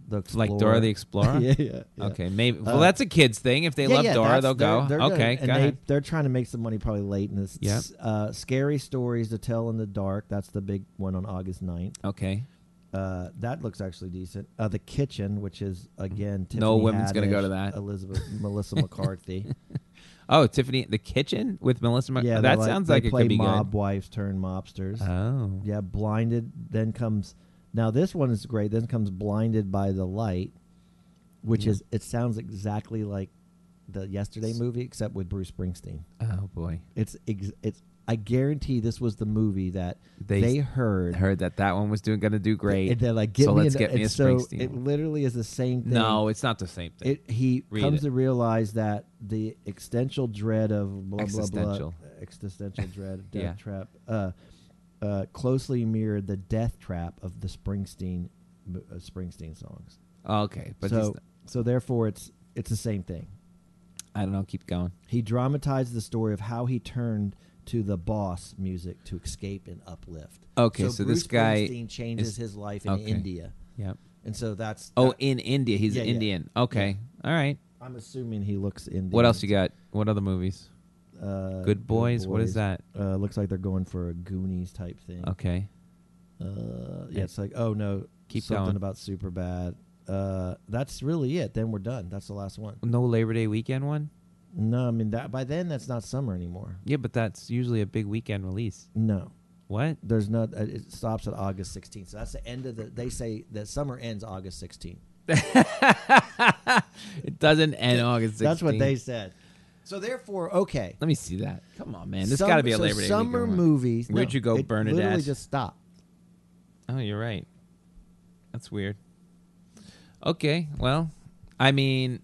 the
Like
Explorer.
Dora the Explorer.
yeah, yeah, yeah.
Okay, maybe. Well,
Uh,
that's a kids thing. If they
Yeah,
love
yeah,
Dora,
that's-
they'll
they're-
go.
they're good.
okay,
and
go
they,
ahead.
They're trying to make some money probably late in this.
Yeah.
Uh, scary stories to tell in the dark. That's the big one on August 9th.
Okay,
Uh, that looks actually decent. Uh, the kitchen, which is again, Tiffany
No woman's gonna go
Haddish,
to that.
Elizabeth Melissa McCarthy.
Oh, Tiffany, the kitchen with Melissa. Mc-
yeah, they're
that sounds
they
like it
play
could be
mob wives turn mobsters.
good. Oh,
yeah, blinded. Then comes now this one is great. Then comes blinded by the light, which is it sounds exactly like the yesterday movie except with Bruce Springsteen.
oh boy.
It's ex- it's I guarantee this was the movie that
They-
they, heard.
Heard that that one was doing going to do great.
And they're like, get
so
me
let's
an-
get me
and
a
so
Springsteen.
It literally is the same thing.
no, it's not the same thing.
it he
Read
comes
it.
to realize that the existential dread of blah blah blah
Existential.
existential dread of death
Yeah.
trap uh, uh, closely mirrored the death trap of the Springsteen uh, Springsteen songs.
okay, but
so
he's-
so therefore it's it's the same thing.
I don't know. Keep going.
He dramatized the story of how he turned to the boss music to escape and uplift.
Okay, so
Bruce
this guy
Springsteen changes
is-
his life in
okay.
India,
Yep.
and so that's
Oh,
that-
in India. He's
Uh, Yeah, yeah.
Indian. Okay. All right.
I'm assuming he looks Indian.
What else you got? What other movies?
Uh,
Good Boys? What is that?
Uh, looks like they're going for a Goonies type thing.
Okay.
Uh, yeah, it's like oh no,
Keep
something
going.
about super bad. Uh, that's really it. Then we're done. That's the last one.
No Labor Day weekend one?
No, I mean that by then that's not summer anymore.
Yeah, but that's usually a big weekend release.
No,
What?
there's not. Uh, it stops at August 16th. So that's the end of the. They say that summer ends August 16th.
It doesn't end August 16th.
That's what they said. So therefore, okay.
Let me see that. Come on, man. This
Sum-
got to be a
so
Labor Day
summer
weekend one.
movies. no,
Where'd you go,
it
Bernadette?
Literally just stop.
Oh, you're right. That's weird. Okay. Well, I mean,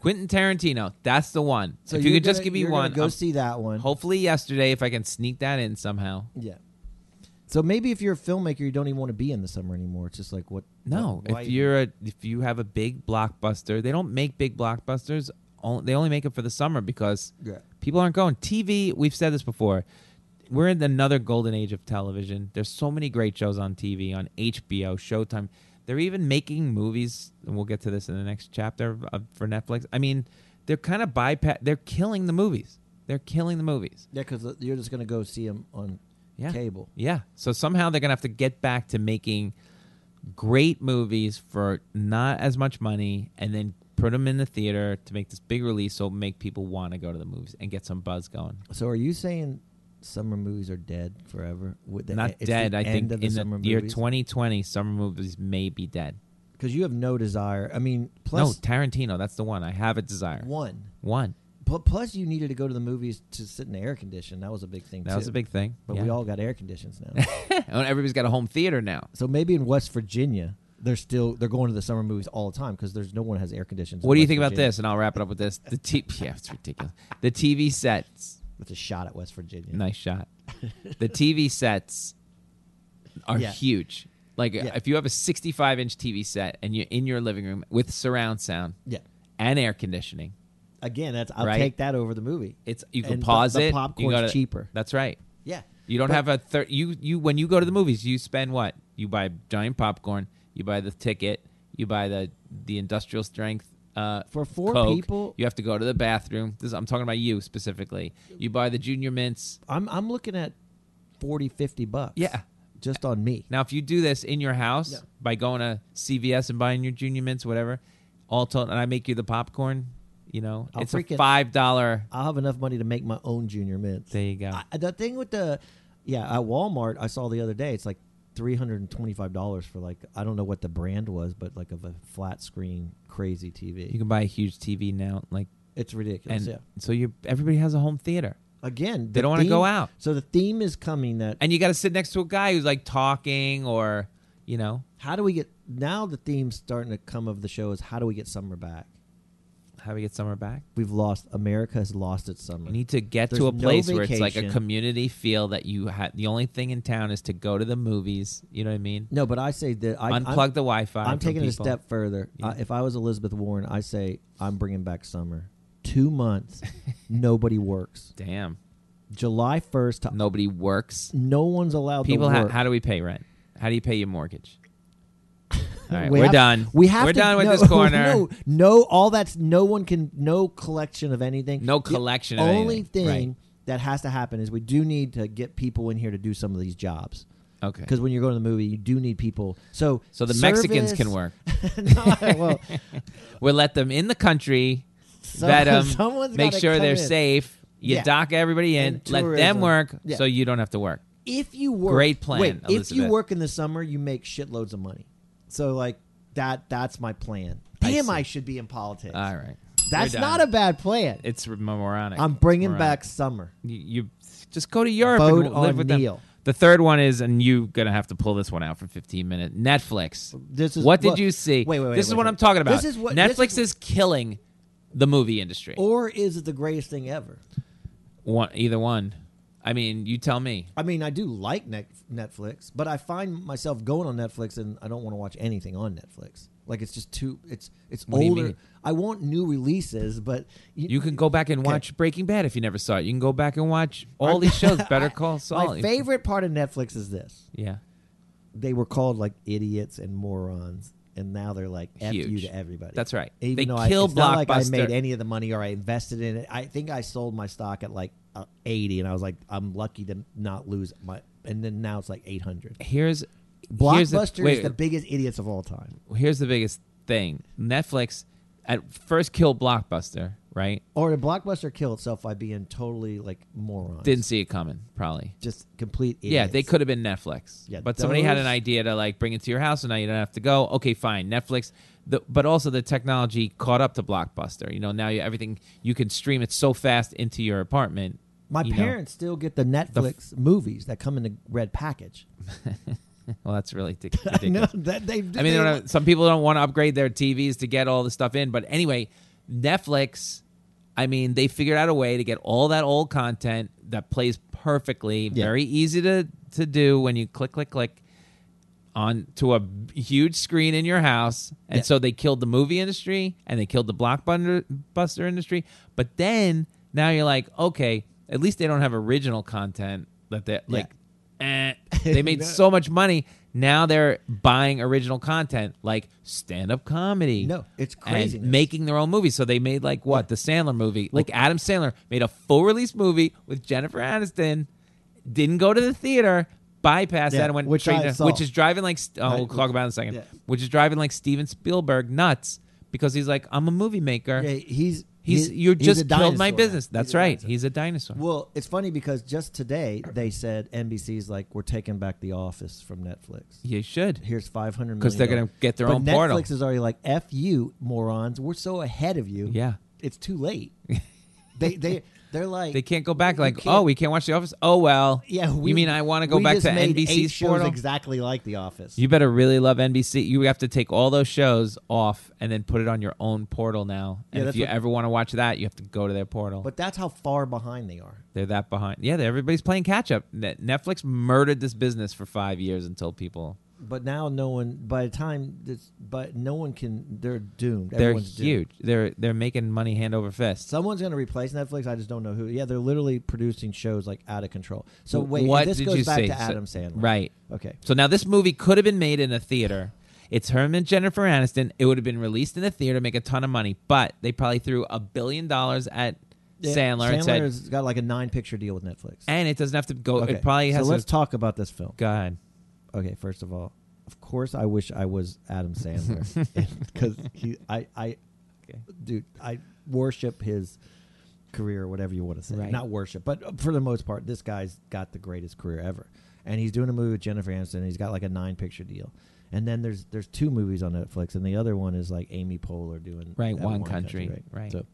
Quentin Tarantino. That's the one.
So
if you
you're
could just
gonna-
give me
you're gonna
one. um,
Go
I'm-
see that one.
hopefully yesterday, if I can sneak that in somehow.
Yeah. So maybe if you're a filmmaker, you don't even want to be in the summer anymore. It's just like what?
No,
why-
if you're a if you have a big blockbuster, they don't make big blockbusters. on- They only make them for the summer because
Yeah.
People aren't going. TV, we've said this before. We're in another golden age of television. There's so many great shows on TV, on HBO, Showtime. They're even making movies, and we'll get to this in the next chapter of- of, for Netflix. I mean, they're kind of bypass. They're killing the movies. They're killing the movies.
Yeah, because you're just going to go see them on
Yeah.
cable.
Yeah. So somehow they're gonna have to get back to making great movies for not as much money, and then put them in the theater to make this big release, so it'll make people want to go to the movies and get some buzz going.
So are you saying summer movies are dead forever? Would the- e,
not
it's the
dead. I
end
think
of
in the
summer
year
movies?
2020, summer movies may be dead.
because you have no desire. I mean, plus
no, Tarantino. That's the one. I have a desire.
one.
One.
Pl- plus, you needed to go to the movies to sit in the air condition. That was a big thing.
That was
too.
a big thing.
But
yeah.
we all got air conditions now.
And everybody's got a home theater now.
so maybe in West Virginia, they're still they're going to the summer movies all the time because there's no one has air conditions. in
What do you
West
think about
Virginia.
this? And I'll wrap it up with this. The t- yeah, it's ridiculous. The TV sets.
That's a shot at West Virginia.
Nice shot. The TV sets are
Yeah.
huge. Like
Yeah.
if you have a 65 inch TV set and you're in your living room with surround sound
Yeah.
and air conditioning,
Again, that's I'll
Right?
take that over the movie.
it's you can
And the-
pause
the
it. you
popcorn's
go to-
cheaper.
That's right.
yeah.
You don't
But-
have a thir- you you when you go to the movies, you spend what? You buy giant popcorn, you buy the ticket, you buy the the industrial strength uh,
For four
Coke,
people-
You have to go to the bathroom. This, I'm talking about you specifically. You buy the junior mints.
I'm I'm looking at 40, 50 bucks.
Yeah.
Just on me.
Now, if you do this in your house
Yeah.
by going to CVS and buying your junior mints, whatever, all told, and I make you the popcorn, you know,
I'll
it's a
freaking-
five dollar.
I'll have enough money to make my own junior mints.
There you go.
I, the thing with the yeah at Walmart I saw the other day it's like three hundred and twenty five dollars for like I don't know what the brand was but like of a flat screen crazy TV.
you can buy a huge TV now, like,
it's ridiculous.
and
yeah.
so you everybody has a home theater.
Again,
They
the
don't wanna
theme-
go out.
So the theme is coming that
and you got to sit next to a guy who's like talking or you know
how do we get now the theme's starting to come of the show is how do we get summer back?
how we get summer back
We've lost America has lost its summer.
you need to get
There's
to a
no
place where it's like a
vacation.
community feel that you had the only thing in town is to go to the movies you know what i mean
no, but I say that I I'm-
unplug the wi-fi
I'm
from
taking it a
people.
step further. I- if I was Elizabeth Warren, I say I'm bringing back summer. Two months, nobody works.
damn
July first, to- no.
nobody works
one's allowed.
people
to
ha-
work.
how do we pay rent how do you pay your mortgage all right
We
we are
have-
done
We have.
we're
to-
done with
no,
this corner
No, no, all that's no one can. No collection of anything.
No
The
collection of
Only
anything,
thing
right.
that has to happen is we do need to get people in here to do some of these jobs.
okay
Because when you're going to the movie, you do need people. So,
so the mexicans
service-
can work
no, well,
we'll let them in the country
some-
vet 'em,
someone's
um, make
gotta
sure
come
they're
in.
safe. You
Yeah.
dock everybody in,
And
let them
tourism.
work,
Yeah.
so you don't have to work.
if you work
Great plan,
wait, if you
Elizabeth.
work in the summer you make shitloads of money so like that that's my plan
I
damn
see.
i, should be in politics
All right,
that's
We're
not
done.
a bad plan
It's moronic.
i'm bringing
Moronic.
back summer
You, you just go to Europe
Vote
and live
on
with them.
Neil.
The third one is, and you're gonna have to pull this one out for 15 minutes. Netflix.
This is-
what did
look,
you see?
wait, wait, wait,
This is
wait,
what
wait.
I'm talking about.
This is what- this
Netflix
is-
is killing the movie industry.
or is it the greatest thing ever
one, either one. I mean, you tell me.
i mean i do like Net- netflix but i find myself going on netflix and i don't want to watch anything on netflix like it's just too it's it's
What do you
older
mean?
i want new releases but
You can go back and watch Breaking Bad if you never saw it. You can go back and watch all these shows. Better Call Saul.
my favorite part of netflix is this
Yeah.
they were called like idiots and morons, and now they're like f you
Huge.
to everybody.
That's right.
Even
They
though I,
kill
it's not like I
Blockbuster.
made any of the money or I invested in it. I think I sold my stock at like uh, eighty, and I was like, I'm lucky to not lose my. And then now it's like eight hundred.
here's here's
Blockbuster
wait,
is the biggest idiots of all time,
here's the biggest thing. Netflix at first killed Blockbuster, right?
or did Blockbuster kill itself by being totally like morons?
Didn't see it coming, probably.
just complete idiots.
Yeah, they could have been Netflix.
Yeah,
but somebody had an
those-
idea to like bring it to your house, and now you don't have to go. Okay, fine, Netflix. The, but also the technology caught up to Blockbuster. You know, now you, everything you can stream it so fast into your apartment.
My
you know.
parents still get the Netflix movies that come in the red package.
Well, that's really dic-
I know
ridiculous.
that they.
I mean, they don't- some people don't want to upgrade their TVs to get all the stuff in. But anyway, Netflix, I mean, they figured out a way to get all that old content that plays perfectly,
Yeah.
very easy to, to do when you click, click, click on to a huge screen in your house. And so they killed the movie industry and they killed the blockbuster buster industry. But then now you're like, okay, at least they don't have original content that they like. Eh. They made so much money. Now they're buying original content like stand-up comedy.
No, it's
and
craziness.
making their own movies. So they made like what the Sandler movie. Like Adam Sandler made a full-release movie with Jennifer Aniston. Didn't go to the theater. Bypassed
Yeah,
that and went
which
straight
I
to-
saw.
which is driving like st- oh,
Right,
we'll
which-
talk about it in a second.
yeah.
Which is driving like Steven Spielberg nuts because he's like, I'm a movie maker.
Yeah, he's
He's you
he's a
just killed my
dinosaur now.
business.
He's
That's
a
right.
dinosaur.
He's a dinosaur.
Well, it's funny because just today they said NBC's like we're taking back The Office from Netflix.
you should.
Here's five hundred million
'Cause they're gonna get their
But
own
Netflix
portal.
is already like f you morons. We're so ahead of you.
Yeah.
it's too late. they they they're like
They can't go back.
"We
Like,
can't-
oh, we can't watch The Office. Oh well.
yeah. We,
you mean I want to go
we
back
just
to
made eight
NBC's
shows
portal?
exactly like The Office.
You better really love NBC. You have to take all those shows off and then put it on your own portal now.
Yeah,
And if
that's
you
what-
ever want to watch that, you have to go to their portal.
but that's how far behind they are.
They're that behind. Yeah, they- everybody's playing catch up. Net- Netflix murdered this business for five years until people.
But now no one. By the time this, but no one can. They're doomed.
They're
Everyone's doomed.
huge. They're they're making money hand over fist.
Someone's going to replace Netflix. I just don't know who. Yeah, they're literally producing shows like out of control. So wait,
what
this
did
goes
you
back
say?
to
So-
Adam Sandler,
right.
Okay.
So now this movie could have been made in a theater. It's her and Jennifer Aniston. It would have been released in the theater, make a ton of money, but they probably threw a billion dollars at
Yeah,
Sandler, and said,
has got like a nine-picture deal with Netflix.
and it doesn't have to go.
okay.
It probably has.
so let's
to,
talk about this film.
go ahead.
Okay, first of all, of course, I wish I was Adam Sandler because he, I, I,
Okay.
dude, I worship his career, or whatever you want to say.
Right.
Not worship, but uh, for the most part, this guy's got the greatest career ever, and he's doing a movie with Jennifer Aniston. And he's got like a nine-picture deal, and then there's there's two movies on Netflix, and the other one is like Amy Poehler doing
Right,
that
One Country, right.
So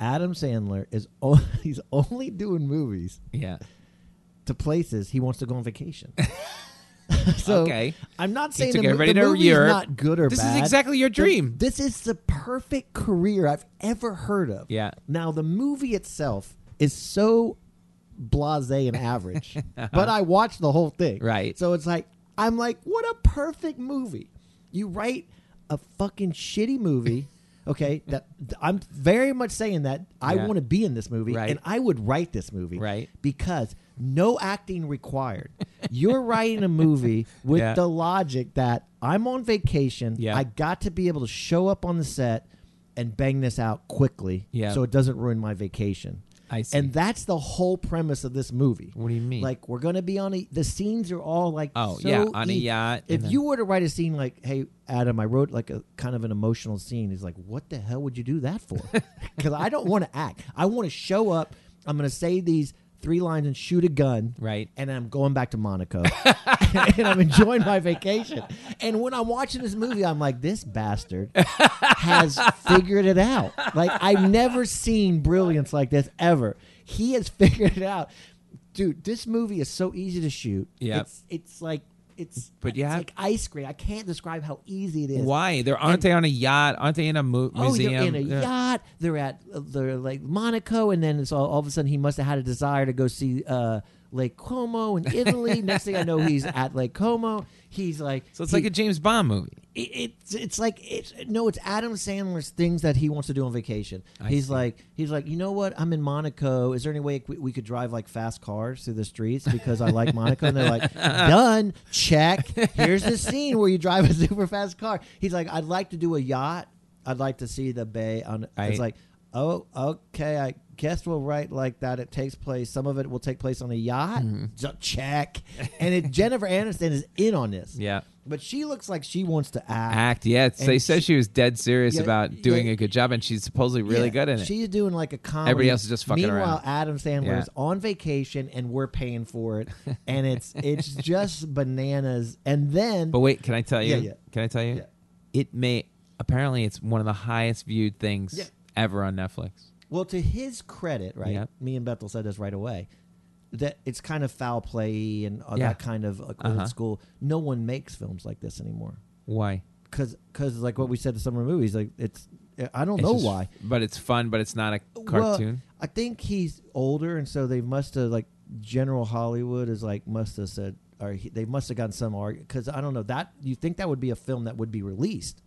Adam Sandler is only, he's only doing movies
Yeah.
to places he wants to go on vacation. so
Okay.
I'm not
He
saying
took
the, mo-
everybody
the
to
movie's
Europe.
not good or
This is
bad.
exactly your
The-
dream.
this is the perfect career I've ever heard of.
Yeah.
Now the movie itself is so blasé and average, but I watched the whole thing.
Uh-huh. Right.
So it's like I'm like, what a perfect movie. You write a fucking shitty movie. Okay, that I'm very much saying that I
Yeah.
want to be in this movie,
Right.
and I would write this movie
Right.
because no acting required. You're writing a movie with
Yeah.
the logic that I'm on vacation.
Yeah.
I got to be able to show up on the set and bang this out quickly
Yeah.
so it doesn't ruin my vacation.
I see.
And that's the whole premise of this movie.
What do you mean?
Like we're gonna be on a the scenes are all like
Oh,
so
yeah, on a
easy.
yacht
If
and then-
you were to write a scene like, "Hey Adam, I wrote like a kind of an emotional scene," he's like, "What the hell would you do that for?" Because I don't want to act. I want to show up. I'm gonna say these three lines and shoot a gun,
Right.
And I'm going back to Monaco, and I'm enjoying my vacation. And when I'm watching this movie, I'm like, "This bastard has figured it out. Like I've never seen brilliance like this ever. He has figured it out. Dude, this movie is so easy to shoot.
Yep.
It's it's like it's
But you
it's
have-
like ice cream. I can't describe how easy it is.
Why? There aren't they on a yacht? Aren't they in a mu-
Oh,
museum?
they're in a
They're-
yacht. They're at they're like Monaco, and then it's all, all of a sudden he must have had a desire to go see uh, Lake Como in Italy. Next thing I know, he's at Lake Como. He's like
So it's
he-
like a James Bond movie.
it, it's it's like it's no, it's Adam Sandler's things that he wants to do on vacation. he's like he's like, you know what? I'm in Monaco. Is there any way we, we could drive like fast cars through the streets because I like Monaco? And they're like, done. Check. Here's the scene where you drive a super fast car. He's like, I'd like to do a yacht. I'd like to see the bay. On
Right.
it's like, oh, okay. I guess we'll write like that. It takes place. Some of it will take place on a yacht. Ju- Check. And it, Jennifer Aniston is in on this.
Yeah.
But she looks like she wants to act.
Act. Yeah. It's,
And
they
she-
said she was dead serious
Yeah,
about doing
yeah.
a good job, and she's supposedly really
Yeah,
good in it.
She's doing like a comedy.
Everybody else is just fucking
Meanwhile,
around.
Adam Sandler
Yeah.
is on vacation and we're paying for it, and it's it's just bananas. And then
But wait, can I tell you?
Yeah, yeah.
Can I tell you?
Yeah.
It may apparently it's one of the highest viewed things
Yeah.
ever on Netflix.
Well, to his credit, right?
Yep.
Me and Bethel said this right away. That it's kind of foul play and uh,
Yeah.
that kind of like, old
Uh-huh.
school. No one makes films like this anymore
Why?
because like what we said to summer movies, like it's I don't
It's
know
just-
why.
But it's fun, but it's not a cartoon.
Well, I think he's older, and so they must have like General Hollywood is like must have said, or he, they must have gotten some argument because I don't know that you think that would be a film that would be released,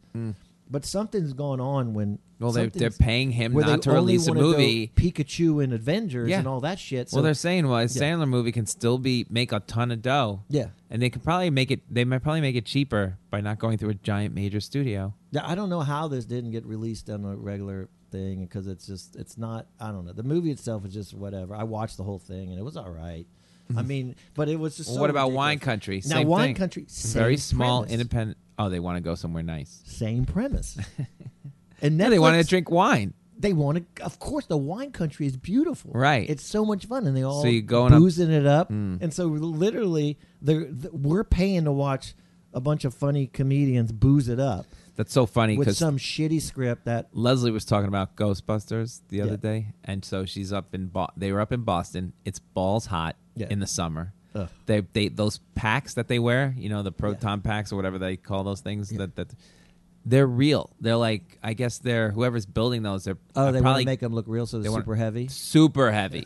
But something's going on when
Mm. Well, they're-
something's-
they're paying him
where they
not to
only
release a
wanna go
movie.
Pikachu and Avengers
Yeah.
and all that shit. So
well, they're saying well, a
Yeah.
Sandler movie can still be make a ton of dough.
Yeah.
and they could probably make it. They might probably make it cheaper by not going through a giant major studio.
Yeah, I don't know how this didn't get released on a regular thing because it's just it's not. I don't know. The movie itself is just whatever. I watched the whole thing and it was all right. I mean, but it was just.
Mm-hmm. Well,
so
what about
ridiculous.
Wine Country?
Now,
Same
Wine
thing.
Country, same
very small,
premise.
independent. Oh, they want to go somewhere nice.
Same premise. And
Yeah, they want to
Netflix-
drink wine.
They want to. Of course, the wine country is beautiful.
Right.
It's so much fun, and they all
you're going up- Hmm.
boozing it up, and so literally, they're, th- we're paying to watch a bunch of funny comedians booze it up
That's so funny
with
because
some shitty script that
Leslie was talking about Ghostbusters the other
Yeah.
day, and so she's up in Bo- they were up in Boston. It's balls hot
Yeah.
in the summer.
Ugh.
They they those packs that they wear, you know, the proton packs or whatever they call those things that that they're real. They're like I guess they're whoever's building those. They're
oh
uh,
they want
probably
to make them look real, so they're
they wanna-
super heavy.
super heavy.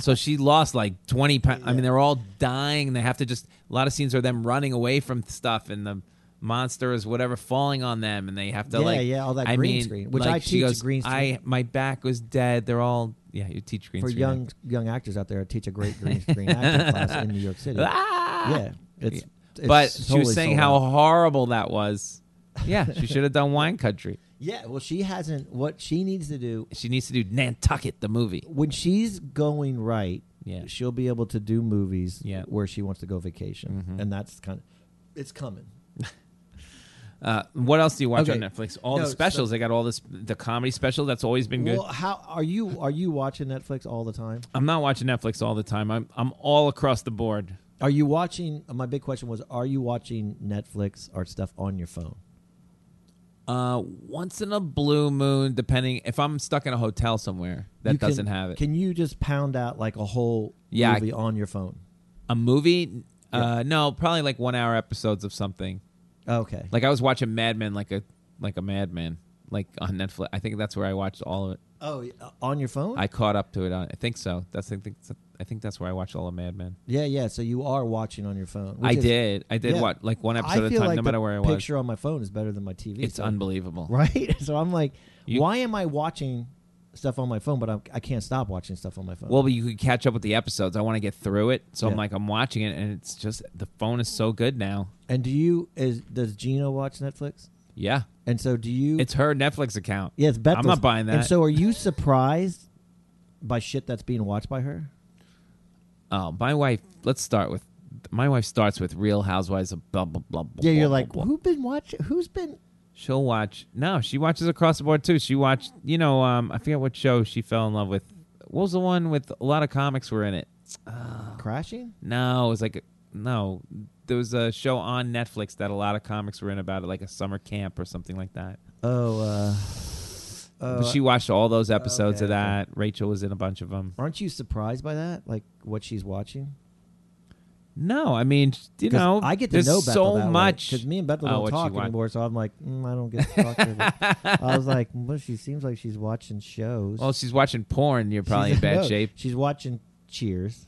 so she lost like twenty pounds. I mean, they're all dying. They have to just a lot of scenes are them running away from stuff and the. Monsters, whatever, falling on them, and they have to
Yeah,
like,
yeah, all that
I
green
mean,
screen, which
like,
I
she
teach
goes,
green screen.
I my back was dead. They're all yeah. You teach green
for
screen
young young actors out there, I teach a great green screen acting class in New York City.
Ah!
Yeah, it's, it's
but she
totally
was saying
sold
how
out.
horrible that was. Yeah, she should have done Wine Country.
Yeah, well, she hasn't. What she needs to do
She needs to do Nantucket the movie.
when she's going right,
Yeah.
she'll be able to do movies
Yeah.
where she wants to go vacation, and that's kind of it's coming.
Uh, what else do you watch
Okay.
on Netflix? All
No,
the
so-
specials. they got all this the comedy special that's always been good.
Well, how are you? Are you watching Netflix all the time?
I'm not watching Netflix all the time. I'm I'm all across the board.
Are you watching? My big question was: Are you watching Netflix or stuff on your phone?
Uh, once in a blue moon, depending if I'm stuck in a hotel somewhere that
You can-
doesn't have it.
Can you just pound out like a whole
Yeah, I-
movie on your phone?
a movie? Uh, no, probably like one hour episodes of something.
Okay.
Like I was watching Mad Men, like a like a madman, like on Netflix. I think that's where I watched all of it.
Oh, on your phone?
I caught up to it. On, I think so. That's I think I think that's where I watched all of Mad Men.
yeah, yeah. So you are watching on your phone.
I
which is-
did. I did
yeah.
what like one
I
episode at a
feel
time,
like
no
the
matter where I was.
Picture on my phone is better than my TV.
It's
so-
unbelievable.
right? So I'm like,
You-
why am I watching stuff on my phone? But I'm, I can't stop watching stuff on my phone.
Well, but you could catch up with the episodes. I want to get through it, so I'm
Yeah.
like I'm watching it, and it's just the phone is so good now.
and do you? Is does Gina watch Netflix?
Yeah,
And so do you?
it's her Netflix account.
yeah, it's Bethel's.
I'm not buying that.
And so are you surprised by shit that's being watched by her?
oh, my wife. Let's start with my wife starts with Real Housewives of blah blah blah. blah
Yeah, you're
blah,
like,
blah, blah.
who been watching? Who's been?
she'll watch. No, she watches across the board too. She watched. You know, um, I forget what show she fell in love with. What was the one with a lot of comics were in it?
Crashing?
No, it was like no. There was a show on Netflix that a lot of comics were in about it, like a summer camp or something like that.
Oh, uh,
But she watched all those
Oh,
episodes of
okay,
that. Rachel was in a bunch of them.
aren't you surprised by that? Like what she's watching?
No, I mean, you
'Cause
know,
I get to
there's
know Bethel
so
that
much.
because me and Bethel
Oh,
don't
what she
talk
wa-
anymore. So I'm like, mm, I don't get to talk to her. I was like, well, she seems like she's watching shows.
Well, she's watching porn. You're probably
She's-
in bad
no,
shape.
She's watching Cheers.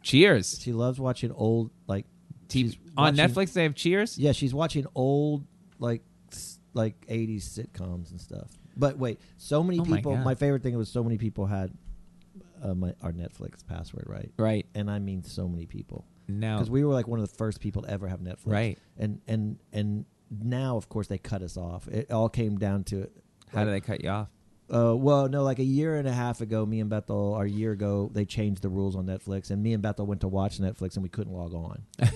Cheers.
She loves watching old like
T-
she's
on
watching-
Netflix, they have Cheers.
Yeah, she's watching old like s- like eighties sitcoms and stuff. But wait, so many
Oh my
people.
God.
My, favorite thing was so many people had uh, my, our Netflix password right,
Right
and I mean so many people
now,
because we were like one of the first people to ever have Netflix.
Right.
and and and now of course they cut us off. It all came down to it.
how do they cut you off?
Uh, well, no, like a year and a half ago, me and Bethel, or a year ago, they changed the rules on Netflix, and me and Bethel went to watch Netflix, and we couldn't log on.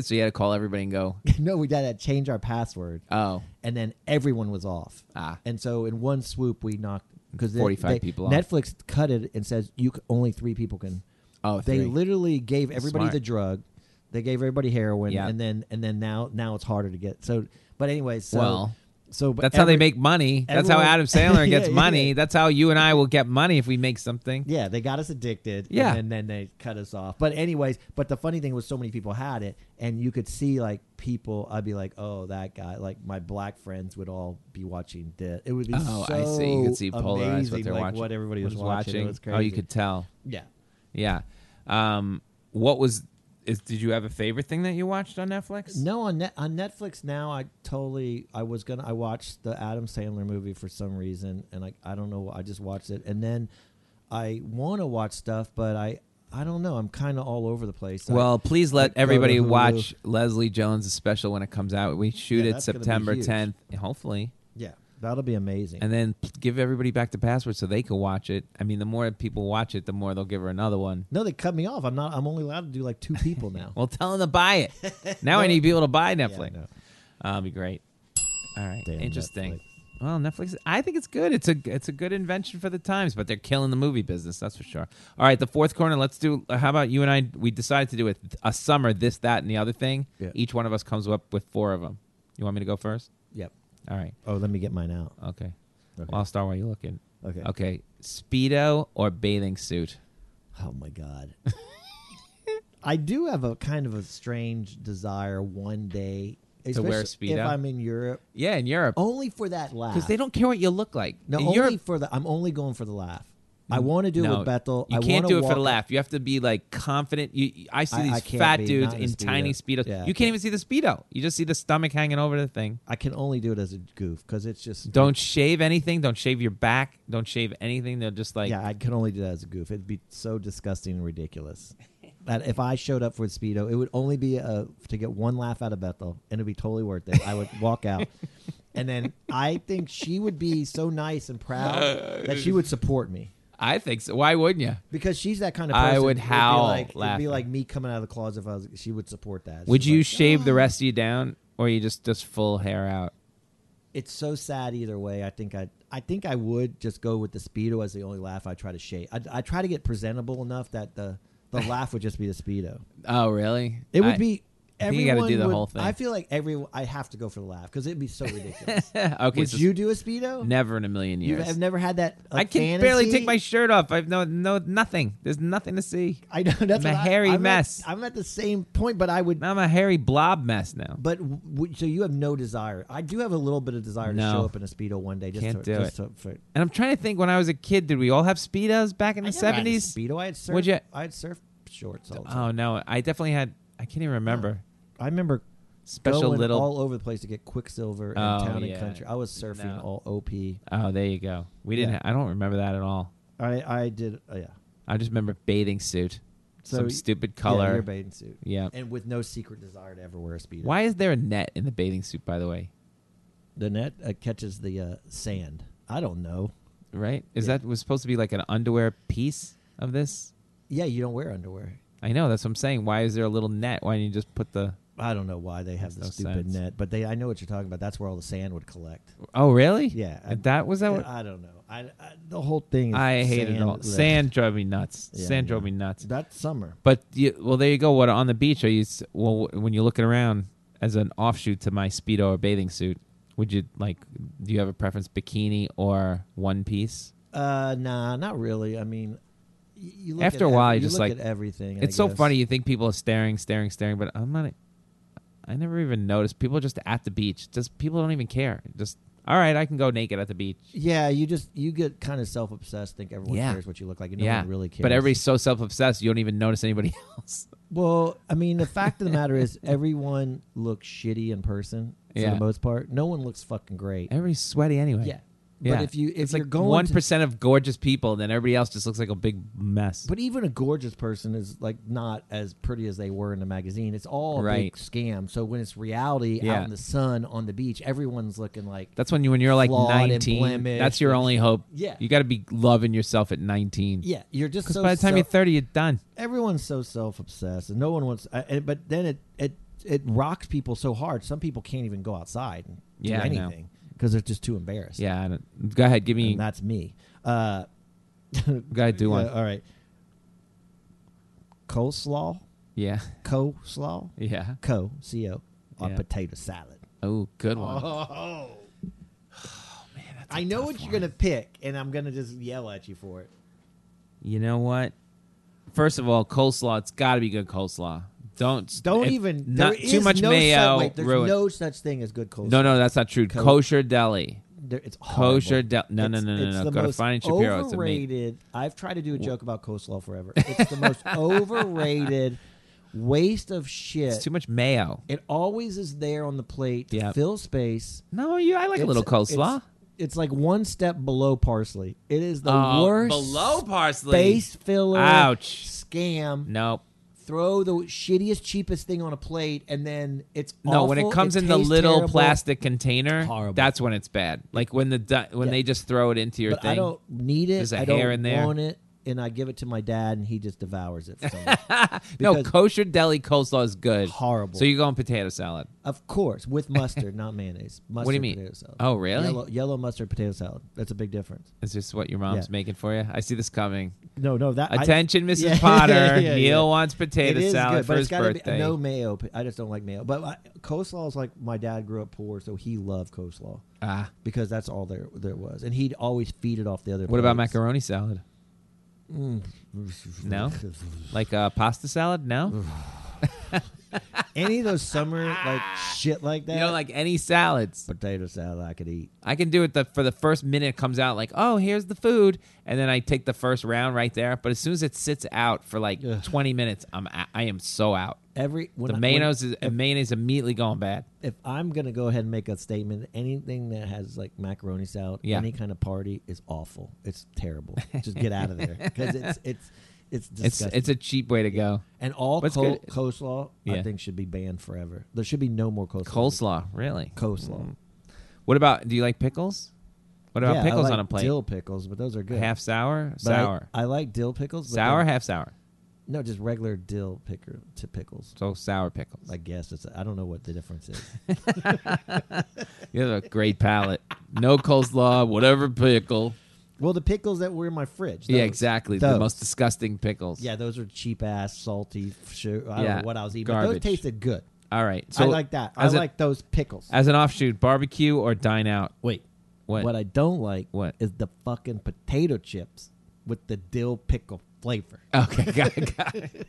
so you had to call everybody and go,
no, we had to change our password,
oh,
and then everyone was off.
Ah.
And so in one swoop, we knocked because
45 people off.
Netflix cut it and says you c- only three people can.
oh,
they
three.
literally gave everybody
Smart.
the drug. They gave everybody heroin,
Yeah.
and then and then now now it's harder to get. So, but anyway, so
Well,
so but
That's how they
every-
make money. That's how
everyone-
Adam Sandler
Yeah,
gets
yeah,
money.
yeah.
That's how you and I will get money if we make something.
Yeah, they got us addicted.
Yeah.
And then, then they cut us off. But anyways, but the funny thing was so many people had it and you could see like people I'd be like, Oh, that guy like my black friends would all be watching this. It would be
Oh,
so
I see. You could see
amazing,
polarized what Oh, they're
like,
watching.
What everybody was
Who's
watching. It was crazy.
Oh, you could tell.
Yeah.
Yeah. Um, what was is did you have a favorite thing that you watched on Netflix?
No, on net, on Netflix now. I totally. I was gonna. I watched the Adam Sandler movie for some reason, and I I don't know. I just watched it, and then I want to watch stuff, but I I don't know. I'm kind of all over the place. I-
Well, please let
Go to
everybody
Hulu.
watch Leslie Jones' special when it comes out. We shoot
Yeah,
it
that's gonna be
September
huge.
10th, hopefully,
yeah, that'll be amazing.
and then p- give everybody back the password so they can watch it. I mean, the more people watch it, the more they'll give her another one.
no, they cut me off. I'm not. I'm only allowed to do like two people now.
Well, tell them to buy it. Now I need people to buy
Yeah, I
Netflix.
know.
That'd be great. All right,
Damn
interesting.
Netflix.
Well, Netflix. I think it's good. It's a it's a good invention for the times, but they're killing the movie business. That's for sure. All right, the fourth corner. Let's do. uh, How about you and I? We decided to do it a summer. This, that, and the other thing.
Yeah.
Each one of us comes up with four of them. You want me to go first?
Yep.
All right.
Oh, let me get mine out.
Okay.
Okay.
Well, I'll start while you're looking.
Okay.
Okay. Speedo or bathing suit.
Oh my god. I do have a kind of a strange desire one day
To wear
especially
Speedo?
If I'm in Europe,
Yeah, in Europe,
only for that laugh.
because Oh, they don't care what you look like.
No,
in
only
Europe, Mm,
for the. I'm only going for the laugh. I want to do it
No,
with Bethel.
You
I
can't
wanna
do it for
walk-
the laugh. You have to be like confident. You, you- I see
I-
these
I can't
fat
be,
dudes
not in
in
a Speedo.
tiny speedos.
Yeah, I
you
can't.
can't even see the speedo. You just see the stomach hanging over the thing.
I can only do it as a goof because it's just
Don't shave anything. Don't shave your back. Don't shave anything. They're just like
yeah, I can only do that as a goof. It'd be so disgusting and ridiculous. That if I showed up for speedo, it would only be uh to get one laugh out of Bethel, and it'd be totally worth it. I would walk out, and then I think she would be so nice and proud that she would support me
I think so. Why wouldn't you?
because she's that kind of.
I
person.
would
It'd be
howl
like- It'd be
laughing.
like me coming out of the closet. If I was, she would support that.
Would
She's
you
like, "Ah."
shave the rest of you down, or you just just full hair out?
it's so sad either way. I think I I think I would just go with the speedo as the only laugh I try to shake. I, I try to get presentable enough that the the laugh would just be the speedo.
Oh, really?
It would
I-
be.
think
Everyone
you gotta do the
would-
whole thing.
I feel like every I have to go for the laugh because it'd be so ridiculous.
okay.
would
so
you do a speedo?
never in a million
You've-
years.
I've never had that.
I
like,
can barely
fantasy.
take my shirt off. I've no no nothing. There's nothing to see.
I know that's
I'm a
what I-
hairy
I'm at-
mess.
I'm at the same point, but I would.
I'm a hairy blob mess now.
But w- would- so you have no desire. I do have a little bit of desire
No.
to show up in a speedo one day. Just to,
Can't do
just
it.
To, for,
And I'm trying to think. When I was a kid, did we all have speedos back in the
I never had a
seventies?
Speedo. I had surf.
Would ya-
I had surf shorts. All the time.
Oh no, I definitely had. I can't even remember.
I remember
Special
going
little.
all over the place to get Quicksilver and
Oh,
Town and
yeah.
Country. I was surfing
No.
all OP.
oh, there you go. We didn't.
Yeah.
ha- I don't remember that at all.
I I did uh, yeah.
I just remember bathing suit,
So
some
y-
stupid
Yeah,
color.
your bathing suit.
Yeah.
And with no secret desire to ever wear a speedo.
Why is there a net in the bathing suit? By the way,
The net uh, catches the uh, sand. I don't know.
right? Is
Yeah.
that was supposed to be like an underwear piece of this?
Yeah, you don't wear underwear.
I know that's what I'm saying. Why is there a little net? Why didn't you just put the?
I don't know why they have the
Makes no
stupid
sense.
net, but they I know what you're talking about. That's where all the sand would collect.
Oh really?
Yeah, I-
that was that. what-
I don't know. I, I the whole thing. Is
I hate it
sand
all.
lit.
Sand drove me nuts.
Yeah,
Sand drove
yeah.
me nuts.
That's summer.
But you, well, there you go. What on the beach? Are you s- well w- when you're looking around as an offshoot to my speedo or bathing suit? Would you like? Do you have a preference, bikini or one piece?
Uh, nah, not really. I mean, y- you look
After
at
a while,
every-
you just,
look
like-
at everything. I
it's so
guess.
funny. You think people are staring, staring, staring, but I'm not. e, I never even noticed. People are just at the beach. Just people don't even care. Just all right. I can go naked at the beach.
Yeah, you just you get kind of self obsessed. Think everyone
Yeah.
cares what you look like. And no
yeah,
one really cares.
But everybody's so self obsessed, you don't even notice anybody else.
well, I mean, the fact of the matter is, everyone looks shitty in person for
Yeah.
the most part. No one looks fucking great.
Everybody's sweaty anyway.
yeah.
Yeah.
But if you if
it's
you're
like
going
one
to-
of gorgeous people, then everybody else just looks like a big mess.
but even a gorgeous person is like not as pretty as they were in the magazine. It's all a
Right.
big scam. So when it's reality
Yeah.
out in the sun on the beach, everyone's looking like
That's when you when you're like
flawed and
19.
blemished
That's your
and-
only hope.
Yeah.
You got to be loving yourself at 19.
yeah, you're just
Because
so
by the time
self-
you're 30, you're done.
everyone's so self-obsessed and no one wants I, and- but then it it it rocks people so hard some people can't even go outside and
Yeah,
do
I know.
anything because they're just too embarrassed
Yeah. I don't, go ahead. Give me.
and that's me uh
Go ahead. Do one.
all right coleslaw
yeah.
coleslaw
Yeah.
co co on
Yeah.
potato salad
Oh, good one.
i know what you're gonna pick and i'm gonna just yell at you for it
You know what? First of all, coleslaw. It's got to be good coleslaw. Don't
don't
if
even
not
there is
too much
no
mayo.
such, wait, there's
ruin-
no such thing as good coleslaw
no, no, that's not true.
Co-
Kosher deli.
There, it's horrible.
Kosher del- no, no,
It's-
no, no,
it's
no.
the
Go to
most
Fine and Shapiro, it's amazing.
Overrated. I've tried to do a joke about coleslaw forever. It's the most overrated. waste of shit.
It's too much mayo.
It always is there on the plate to
Yep.
fill space.
No, you. I like a
It's-
little coleslaw.
It's, it's like one step below parsley. It is the
Oh,
worst
below parsley.
space filler
Ouch.
scam.
Nope.
Throw the shittiest, cheapest thing on a plate, and then it's
No, when it
awful,
comes in the
tastes
little
terrible.
plastic container,
Horrible.
that's when it's bad. Like when the di- when
Yeah.
they just throw it into your
but
thing.
I don't need it.
There's a
I don't
hair in there.
want it, and I give it to my dad, and he just devours it. For some reason.
no,
because-
kosher deli coleslaw is good.
Horrible.
So you're going potato salad.
of course, with mustard, not mayonnaise. Mustard
do you mean?
Potato salad.
Oh, really?
Yellow, yellow mustard potato salad. That's a big difference.
Is this what your mom's
Yeah.
making for you? I see this coming.
No, no, that I-
Attention, Mrs.
Yeah,
Potter.
yeah, yeah,
Neil
yeah.
wants potato
it is
salad
good,
for
but
his
it's gotta
birthday.
Be, no mayo. p- I just don't like mayo. But I, coleslaw is like my dad grew up poor, so he loved coleslaw
ah,
because that's all there there was, and he'd always feed it off the other.
what about
plates.
macaroni salad? No, like uh, pasta salad? No,
Any of those summer like shit like that.
you don't like any salads.
potato salad? I could eat.
I can do it the, for the first minute it comes out like, oh, here's the food, and then I take the first round right there. But as soon as it sits out for like
Ugh.
20 minutes, I'm a- I am so out.
Every when
The
I- when-
mayonnaise is
if,
mayonnaise immediately going bad.
if I'm gonna go ahead and make a statement, anything that has like macaroni salad,
Yeah.
any kind of party is awful. It's terrible. Just get out of there because it's it's it's
It's
disgusting.
it's a cheap way to go.
And all
What's
col-
good-
coleslaw,
Yeah.
I think, should be banned forever. There should be no more coleslaw.
Coleslaw, Mm. really.
Coleslaw.
What about? Do you like pickles? What about
Yeah, I
pickles
like
on a plate?
Dill pickles, but those are good.
Half sour,
But I-
sour,
I, like dill pickles. But
sour,
then-
half sour.
No, just regular dill picker to pickles.
So sour pickles.
I guess it's. I don't know what the difference is.
you have a great palate. No coleslaw, whatever pickle.
well, the pickles that were in my fridge.
yeah,
those-
exactly. The
those.
most disgusting pickles.
Yeah, those are cheap ass, salty. Sure, I
Yeah,
don't know what I was eating. but
garbage.
Those tasted good.
All right. So
I like that. I
as a-
like those pickles.
As an offshoot, barbecue or dine out?
Wait,
What?
What I don't like
What?
is the fucking potato chips with the dill pickle flavor.
Okay, got it. Got it.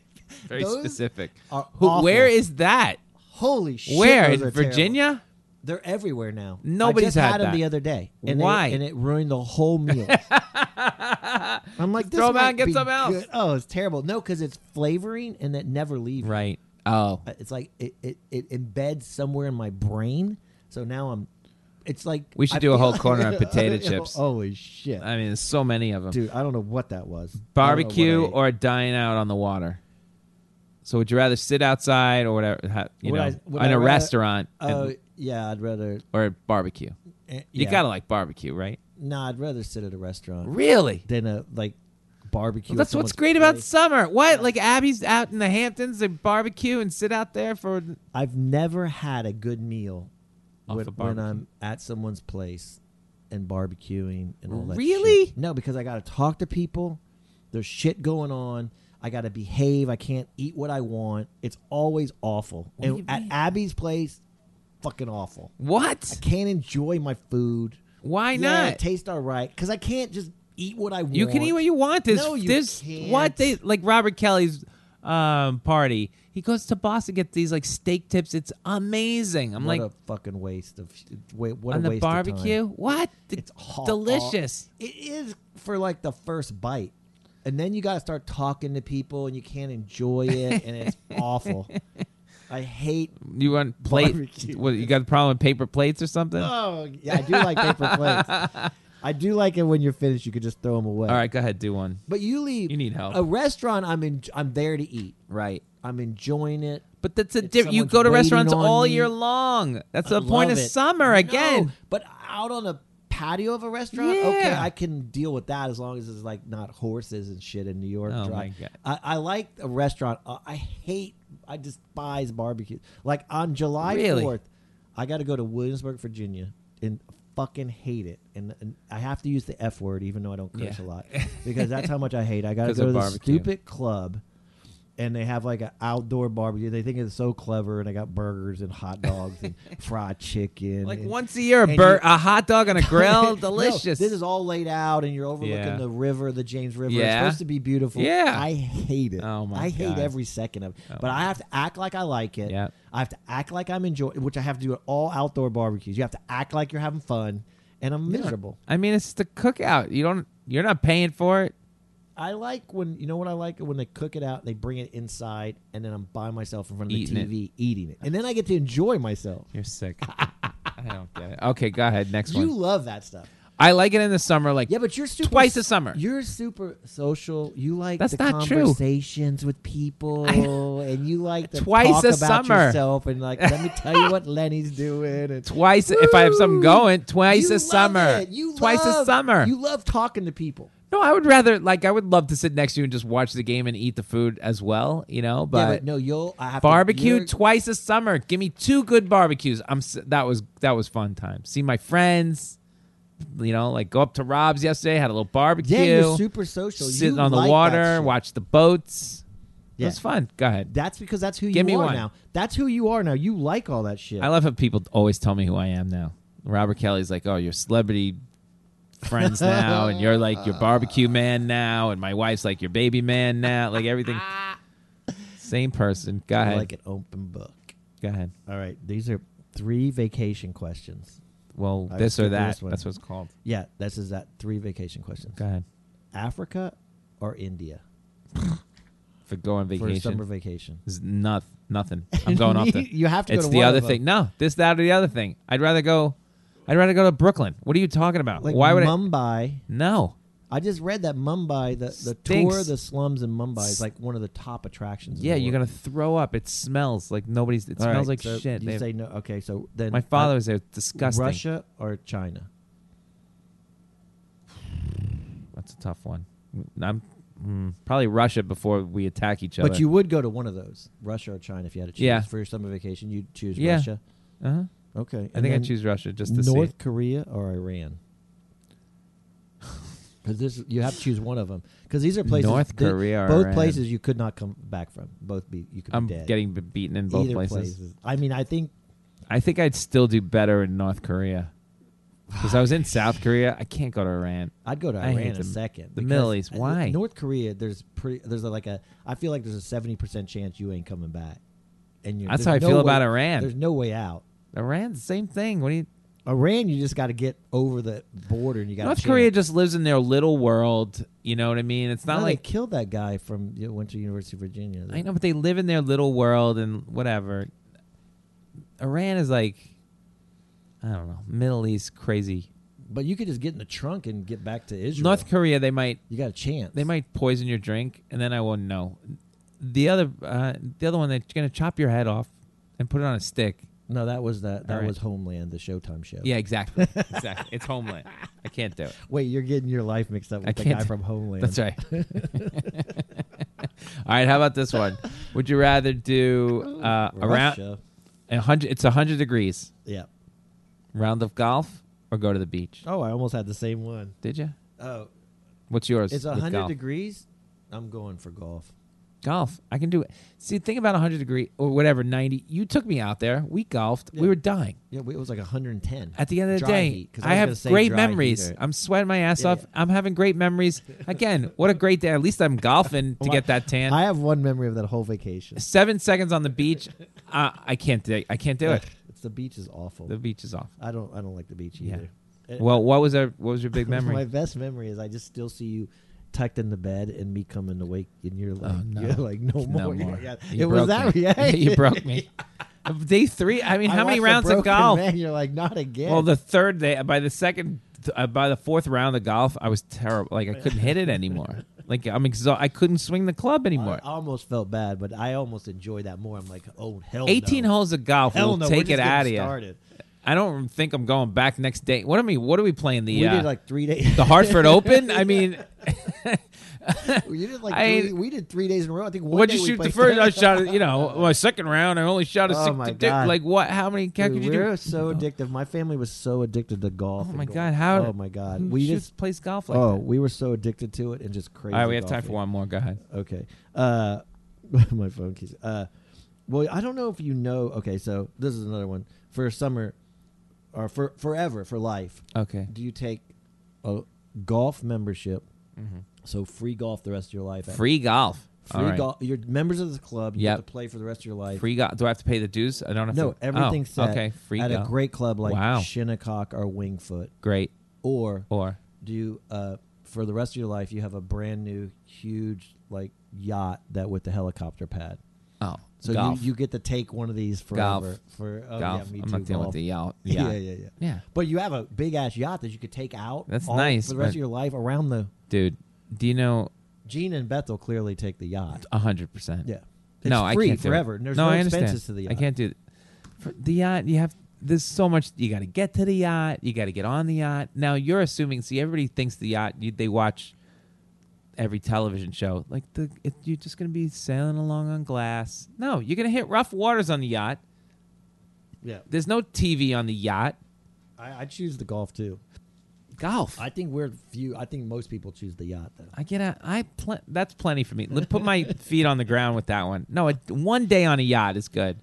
Very
Those
specific.
are
Who,
awful.
where is that?
Holy shit!
where
those
in
are terrible.
Virginia?
They're everywhere now.
Nobody's
I just had,
had
them
that.
the other day. And they-
Why?
and it ruined the whole meal. I'm like, this
throw 'em out
might
and get
be
some else.
good. Oh, it's terrible. No, because it's flavoring and it never leaves.
Right. Oh,
Uh, It's like it, it, it embeds somewhere in my brain. So now I'm. It's like
We should
I
do a
feel-
whole corner on potato chips.
Holy shit,
I mean, there's so many of them.
dude! I don't know what that was. I don't know what
Barbecue
I ate.
or dine out on the water. So would you rather sit outside or whatever? ha- You
Would
know,
I- would
in
I
a
rather-
restaurant
Oh
and,
yeah, I'd rather.
or barbecue.
eh,
You
yeah.
gotta like barbecue, right?
Nah, I'd rather sit at a restaurant
Really?
than a like barbecue.
Well,
at
that's what's
someone's
great about
place.
summer. What? Like Abby's out in the Hamptons, they barbecue and sit out there for
I've never had a good meal
Off
when,
of
when
barbecue.
I'm at someone's place and barbecuing and all that.
Really?
shit. No, because I got to talk to people. There's shit going on. I got to behave. I can't eat what I want. It's always awful. and at Abby's place, fucking awful. I
what?
can't enjoy my food.
Why
Yeah,
not?
it tastes all right because I can't just eat what I want.
You can eat what you want. This,
No, you
this
can't.
what they like Robert Kelly's um, party. He goes to Boston, gets these like steak tips. It's amazing. I'm
What
like
a fucking waste of wait. What
on
a
the
waste of time.
barbecue. What?
It's hot,
delicious.
It is for like the first bite. And then you got to start talking to people and you can't enjoy it and it's awful. I hate
You want plate?
Barbecue.
What? You got a problem with paper plates or something?
Oh, yeah, I do like paper plates. I do like it when you're finished you could just throw them away.
All right, go ahead, do one.
But you leave
You need help.
A restaurant I'm in I'm there to eat.
Right.
I'm enjoying it.
But that's a
If
different. You
someone's
go to
waiting
restaurants
on
all
me,
year long. That's the
I
point
love
of
it.
summer
No,
again.
But out on a patio of a restaurant,
Yeah.
okay, I can deal with that as long as it's like not horses and shit in New York.
Oh,
Drive.
my God.
I, I like a restaurant. Uh, I hate, I despise barbecue. Like on July
Really?
4th, I got to go to Williamsburg, Virginia and fucking hate it. And, and I have to use the F word even though I don't curse a
Yeah.
lot because that's how much I hate. it. I got to
'Cause
go to
of
this
barbecue.
stupid club and they have like an outdoor barbecue. They think it's so clever, and they got burgers and hot dogs and fried chicken.
Like
and-
once a year, a,
and
bur-
you-
a hot dog on a grill,
No,
delicious.
this is all laid out, and you're overlooking
Yeah.
the river, the James River. It's
Yeah.
supposed to be beautiful.
Yeah.
I hate it.
Oh, my
I hate
God. Oh,
every second of it. but
my
I have to act like I like it.
Yeah.
I have to act like I'm enjoying, which I have to do at all outdoor barbecues. You have to act like you're having fun, and I'm miserable.
I mean, it's just a cookout. You don't. You're not paying for it.
I like when you know what I like when they cook it out, they bring it inside, and then I'm by myself in front of
Eating
the
it.
TV eating it, and then I get to enjoy myself.
You're sick. I don't get it. Okay, go ahead. Next
You
one.
love that stuff.
I like it in the summer. Like
Yeah, but you're super
Twice a summer.
You're super social. You like
That's
the
not true.
conversations with people, and you like to
Twice
talk
a
about
summer.
yourself and like let me tell you what Lenny's doing. And
twice. If I have something
Woo!
going, twice
You
a
love
summer.
it. You
twice a
love-
summer.
You love talking to people.
no, I would rather like I would love to sit next to you and just watch the game and eat the food as well. You know,
Yeah,
but.
no, you'll I have to-
Barbecue
you're-
twice a summer. Give me two good barbecues. I'm s- that was that was fun time. See my friends, you know, like go up to Rob's yesterday. Had a little barbecue.
Yeah, you're super social.
Sitting
You
on the
like that
water,
shit.
watch the boats. It
Yeah.
was fun. Go ahead.
That's because that's who
Give
you
me
are
one.
now. That's who you are now. You like all that shit.
I love how people always tell me who I am now. Robert Kelly's like, oh, you're celebrity friends now, and you're like your barbecue man now, and my wife's like your baby man now, like everything. Same person. Go
I
ahead.
like an open book.
Go ahead.
All right, these are three vacation questions.
Well,
I
this
skipped
or that.
this one.
That's what it's called.
Yeah, this is that three vacation questions.
Go ahead.
Africa or India
If I go on
for a summer vacation?
vacation, it's not, nothing. I'm going off the.
You have to go
It's
to
the
one
other
of them.
thing. No, this, that, or the other thing. I'd rather go. I'd rather go to Brooklyn. What are you talking about?
Like
Why would I?
Mumbai?
No.
I just read that Mumbai, the, the
Stinks.
tour of the slums in Mumbai is like one of the top attractions. in
Yeah,
the
you're gonna
world.
throw up. It smells like nobody's. It
All
smells
right,
like
so
shit.
You
They have-
say no? Okay, so then
my
uh,
father was there. Disgusting.
Russia or China?
That's a tough one. I'm mm, probably Russia before we attack each other.
But you would go to one of those, Russia or China, if you had to choose
Yeah.
for your summer vacation. You'd choose
Yeah.
Russia.
uh-huh.
Okay,
I think I choose Russia just to
North
see.
Korea or Iran. Because this, you have to choose one of them. Because these are places.
North
th-
Korea or
both
Iran?
places you could not come back from. Both be you could
I'm
be dead.
getting be- beaten in both
Either
places.
I mean, I think
I think I'd still do better in North Korea because I was in South Korea. I can't go to Iran.
I'd go to
I
Iran
hate
in
the-
a second.
the
because
Middle East.
I-
Why?
North Korea? There's pretty. There's like a. I feel like there's a seventy percent chance you ain't coming back. And you're, there's
That's how I
no
feel
way-
about Iran.
There's no way out.
Iran's the same thing. What do you?
Iran, you just got to get over the border, and you got
North Korea just lives in their little world. You know what I mean? It's not
no,
like
they killed that guy from you know, went to University of Virginia.
I know, but they live in their little world and whatever. Iran is like, I don't know, Middle East crazy.
But you could just get in the trunk and get back to Israel.
North Korea, they might
you got a chance.
they might poison your drink, and then I won't know. The other uh, the other one, they're gonna chop your head off and put it on a stick.
No, that was that. That
All right.
was Homeland, the Showtime show.
Yeah, exactly, exactly. It's Homeland. I can't do it.
Wait, you're getting your life mixed up with
I
the
can't
guy
do-
from Homeland.
That's right. All right, how about this one? Would you rather do uh, around
Russia.
a hundred? It's hundred degrees.
Yeah.
Round of golf or go to the beach?
Oh, I almost had the same one.
Did you?
Oh,
What's yours?
it's
with
hundred
golf?
degrees. I'm going for golf.
Golf. I can do it. See, think about 100 degree or whatever, 90. You took me out there. We golfed. We
Yeah.
were dying.
Yeah, it was like 110.
At the end of the
Dry
day,
heat, 'cause
I,
was gonna
have
say
great
dry
memories.
heat or-
I'm sweating my ass
Yeah,
off.
yeah.
I'm having great memories. Again, what a great day. At least I'm golfing to
Well,
get that tan.
I have one memory of that whole vacation.
Seven seconds on the beach. Uh, I can't do. I can't do it.
It's, the beach is awful.
The beach is off.
I don't. I don't like the beach
Yeah.
either. It-
Well, what was our, what was your big memory?
My best memory is I just still see you tucked in the bed and me coming awake, and you're like,
Oh, no.
you're like, no more.
No more.
Yeah,
You
it was
broke
that.
me.
Yeah,
you broke me. Day three. I mean,
I
how many
watched the
rounds
broken
of golf?
Man, you're like, not again.
Well, the third day, by the second, uh, by the fourth round of golf, I was terrible. Like I couldn't hit it anymore. Like I'm exhausted. I couldn't swing the club
I
anymore.
I almost felt bad, but I almost enjoyed that more. I'm like, oh hell, no.
18 holes of golf
Hell
will
no, we're
take
just
it
getting
out of you.
started.
I don't think I'm going back next day. What do we? What are we playing? The
We
uh,
did like three days.
the Hartford Open. I mean,
we did like
I-
three, we did three days in a row. I think one
what'd
day
you
we
shoot the
played-
first? Oh, I shot. You know, my second round, I only shot a
Oh,
six
my
to dick.
God.
Like what? How many? How
Dude,
could you
we're
do?
so addictive. My family was so addicted to golf.
Oh
and
my
going-
god! How?
Oh my god!
who
We
shoots-
just
plays golf like
oh
that.
we were so addicted to it and just crazy.
All right, we have time
golfing.
for one more. Go ahead.
Okay. Uh, my phone keys. Uh, well, I don't know if you know. Okay, so this is another one for summer, or for forever for life.
Okay.
Do you take a golf membership? So free golf the rest of your life.
Mm-hmm. Free golf. All
Free
right.
golf. You're members of the club. You
Yep.
have to play for the rest of your life.
Free golf. Do I have to pay the dues? I don't have
no,
to.
everything's
oh,
set
okay. Free
at
golf.
a great club like
Wow.
Shinnecock or Wingfoot,
great.
or
Or
do uh, for the rest of your life, you have a brand new, huge, like yacht that with the helicopter pad.
Oh,
So you,
golf.
you get to take one of these
Golf.
forever. For oh,
golf.
Yeah, me
I'm
too,
not dealing
golf.
with the yacht.
Yeah, yeah, yeah, yeah.
Yeah.
But you have a big ass yacht that you could take out.
That's
all-
nice,
for the rest
but-
of your life around the.
Dude, do you know
Gene and Beth will clearly take the yacht.
A hundred percent.
Yeah. It's
no, I
free
can't do it.
forever. and There's
no,
no,
I
expenses
understand.
to the
I
yacht.
can't do for the yacht. You have there's so much. You got to get to the yacht. You got to get on the yacht. Now you're assuming. See, everybody thinks the yacht. You, they watch every television show. Like the it, you're just gonna be sailing along on glass. No, you're gonna hit rough waters on the yacht.
Yeah,
There's no TV on the yacht.
I, I choose the golf too.
Golf.
I think we're few. I think most people choose the yacht though.
I get out. I pl- that's plenty for me. Let- Put my feet on the ground with that one. No, a, one day on a yacht is good.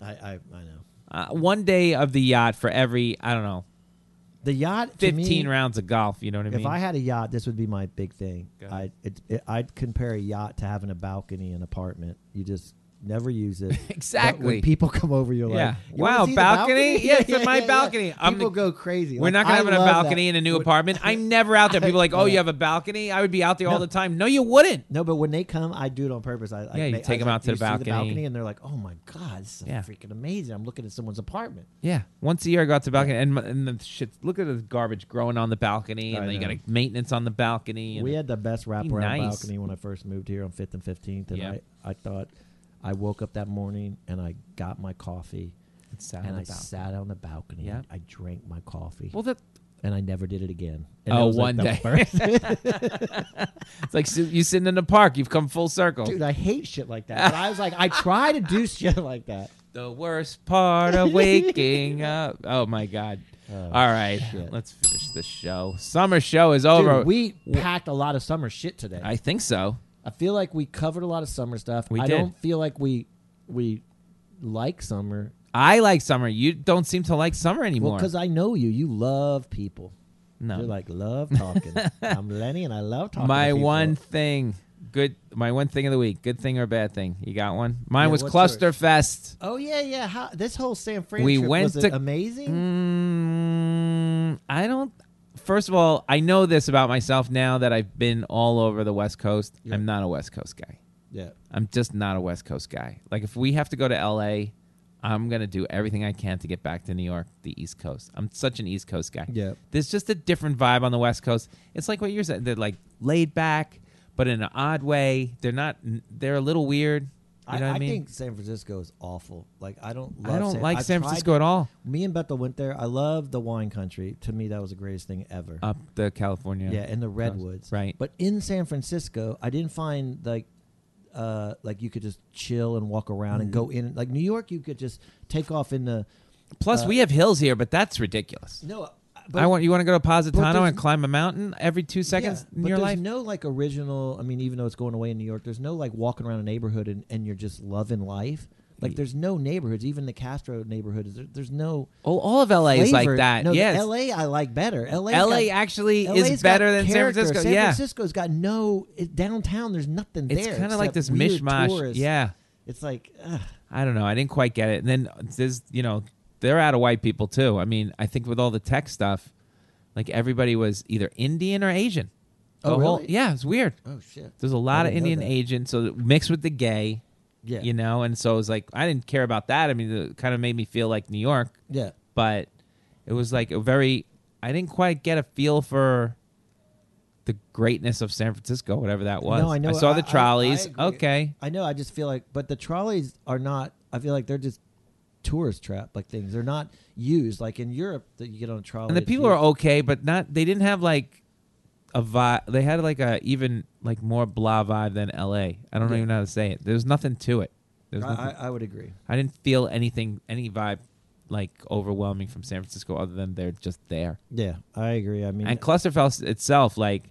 I I, I know
Uh, one day of the yacht for every I don't know
the yacht. to me,
fifteen rounds of golf. You know what I mean?
If I had a yacht, this would be my big thing.
Go
I
ahead.
it, it, I'd compare a yacht to having a balcony in an apartment. You just never use it. But
Exactly.
when people come over, you're
Yeah.
like, "You wanna
Wow,
see the
balcony? Yeah, it's in my
yeah.
balcony. I'm
people
the-
go crazy.
we're
Like,
not gonna
I
have a
love
balcony
that.
in a new
When-
apartment. I'm never out there. People are like, oh, you have a balcony? I would be out there all the time. No, you wouldn't.
No, but when they come, I do it on purpose. I, I
Yeah, you
make- I
take
was
'em
like,
out to
"Do you
the
see
balcony."
and they're like, "Oh my god, this is
Yeah.
freaking amazing!" I'm looking at someone's apartment.
Yeah, once a year I go out to the balcony and, my- and the shit. Look at the garbage growing on the balcony, and
I
then you got
know.
a maintenance on the balcony. And
We had the best wraparound
nice.
balcony when I first moved here on Fifth and Fifteenth, and
Yeah.
I, I thought I woke up that morning and I got my coffee
it sounded
and I
about-
sat on the balcony.
Yeah.
and I drank my coffee,
Well, that
and I never did it again. And
oh,
it was like
one
the
day.
first-
it's like si- you sitting in the park. You've come full circle.
dude, I hate shit like that. But I was like, I try to do shit like that.
The worst part of waking up. Oh my god.
Uh,
All right,
shit.
let's finish the show. Summer show is over.
Dude, we packed a lot of summer shit today.
I think so.
I feel like we covered a lot of summer stuff.
We
I
did.
don't feel like we we like summer.
I like summer. You don't seem to like summer
Well,
anymore.
because I know you, you love people.
no.
You're like love talking. I'm Lenny, and I love talking.
my
to people.
one thing, good. My one thing of the week, good thing or bad thing. You got one. Mine
Yeah,
was
what's yours?
Clusterfest.
Oh yeah, yeah. How, this whole San Fran
We
trip,
went
was it
to-
amazing.
Mm, I don't. First of all, I know this about myself now that I've been all over the West Coast.
Yeah.
I'm not a West Coast guy.
Yeah,
I'm just not a West Coast guy. Like if we have to go to LA, I'm gonna do everything I can to get back to New York, the East Coast. I'm such an East Coast guy.
Yeah.
There's just a different vibe on the West Coast. It's like what you're saying. They're like laid back, but in an odd way. They're not. They're a little weird. You
I,
know what I,
I
mean?
think San Francisco is awful. Like I don't. Love
I don't
San,
like
I've
San
tried-
Francisco at all.
Me and Bethel went there. I love the wine country. To me, that was the greatest thing ever.
Up the California.
yeah, and the redwoods.
Right.
But in San Francisco, I didn't find like uh like you could just chill and walk around and
Mm-hmm.
go in like New York you could just take off in the uh,
Plus, we have hills here, but that's ridiculous.
no
I want you want to go to Positano
there's-
and climb a mountain every two seconds in
but
your
there's
life.
no like original I mean even though it's going away in New York there's no like walking around a neighborhood and, and you're just loving life like there's no neighborhoods even the Castro neighborhood is there, there's no
oh, all of LA is like
flavor.
that.
no, the
yes.
LA I like better LA
LA actually
LA's
is
got
better than San
character.
Francisco.
San
yeah.
Francisco's got no it, downtown. There's nothing
it's
there.
kind of like
except
this
weird
mishmash.
tourists.
Yeah.
It's like, ugh.
I don't know. I didn't quite get it. And then there's, you know, they're out of white people too. I mean, I think with all the tech stuff, like everybody was either Indian or Asian.
Oh,
The whole-
really?
yeah, it's weird.
oh shit.
There's a lot
I
of
didn't know
Indian
that.
Asian, so mixed with the gay,
Yeah.
you know, and so it was like I didn't care about that. I mean, it kind of made me feel like New York,
Yeah.
but it was like a very I didn't quite get a feel for the greatness of San Francisco, whatever that was.
No, I know.
I saw
I-
the
I- I
trolleys.
agree.
okay.
I know. I just feel like, but the trolleys are not. I feel like they're just tourist trap like things. They're not used like in Europe that you get on a trolley.
And the
it's
people are
used.
okay, but not they didn't have like a vibe. They had like a even like more blah vibe than L.A. I don't
Yeah.
even know how to say it. There's nothing to it. There's nothing.
I, I, I would agree.
I didn't feel anything, any vibe like overwhelming from San Francisco other than they're just there.
Yeah, I agree. I mean,
And Clusterfest itself, like,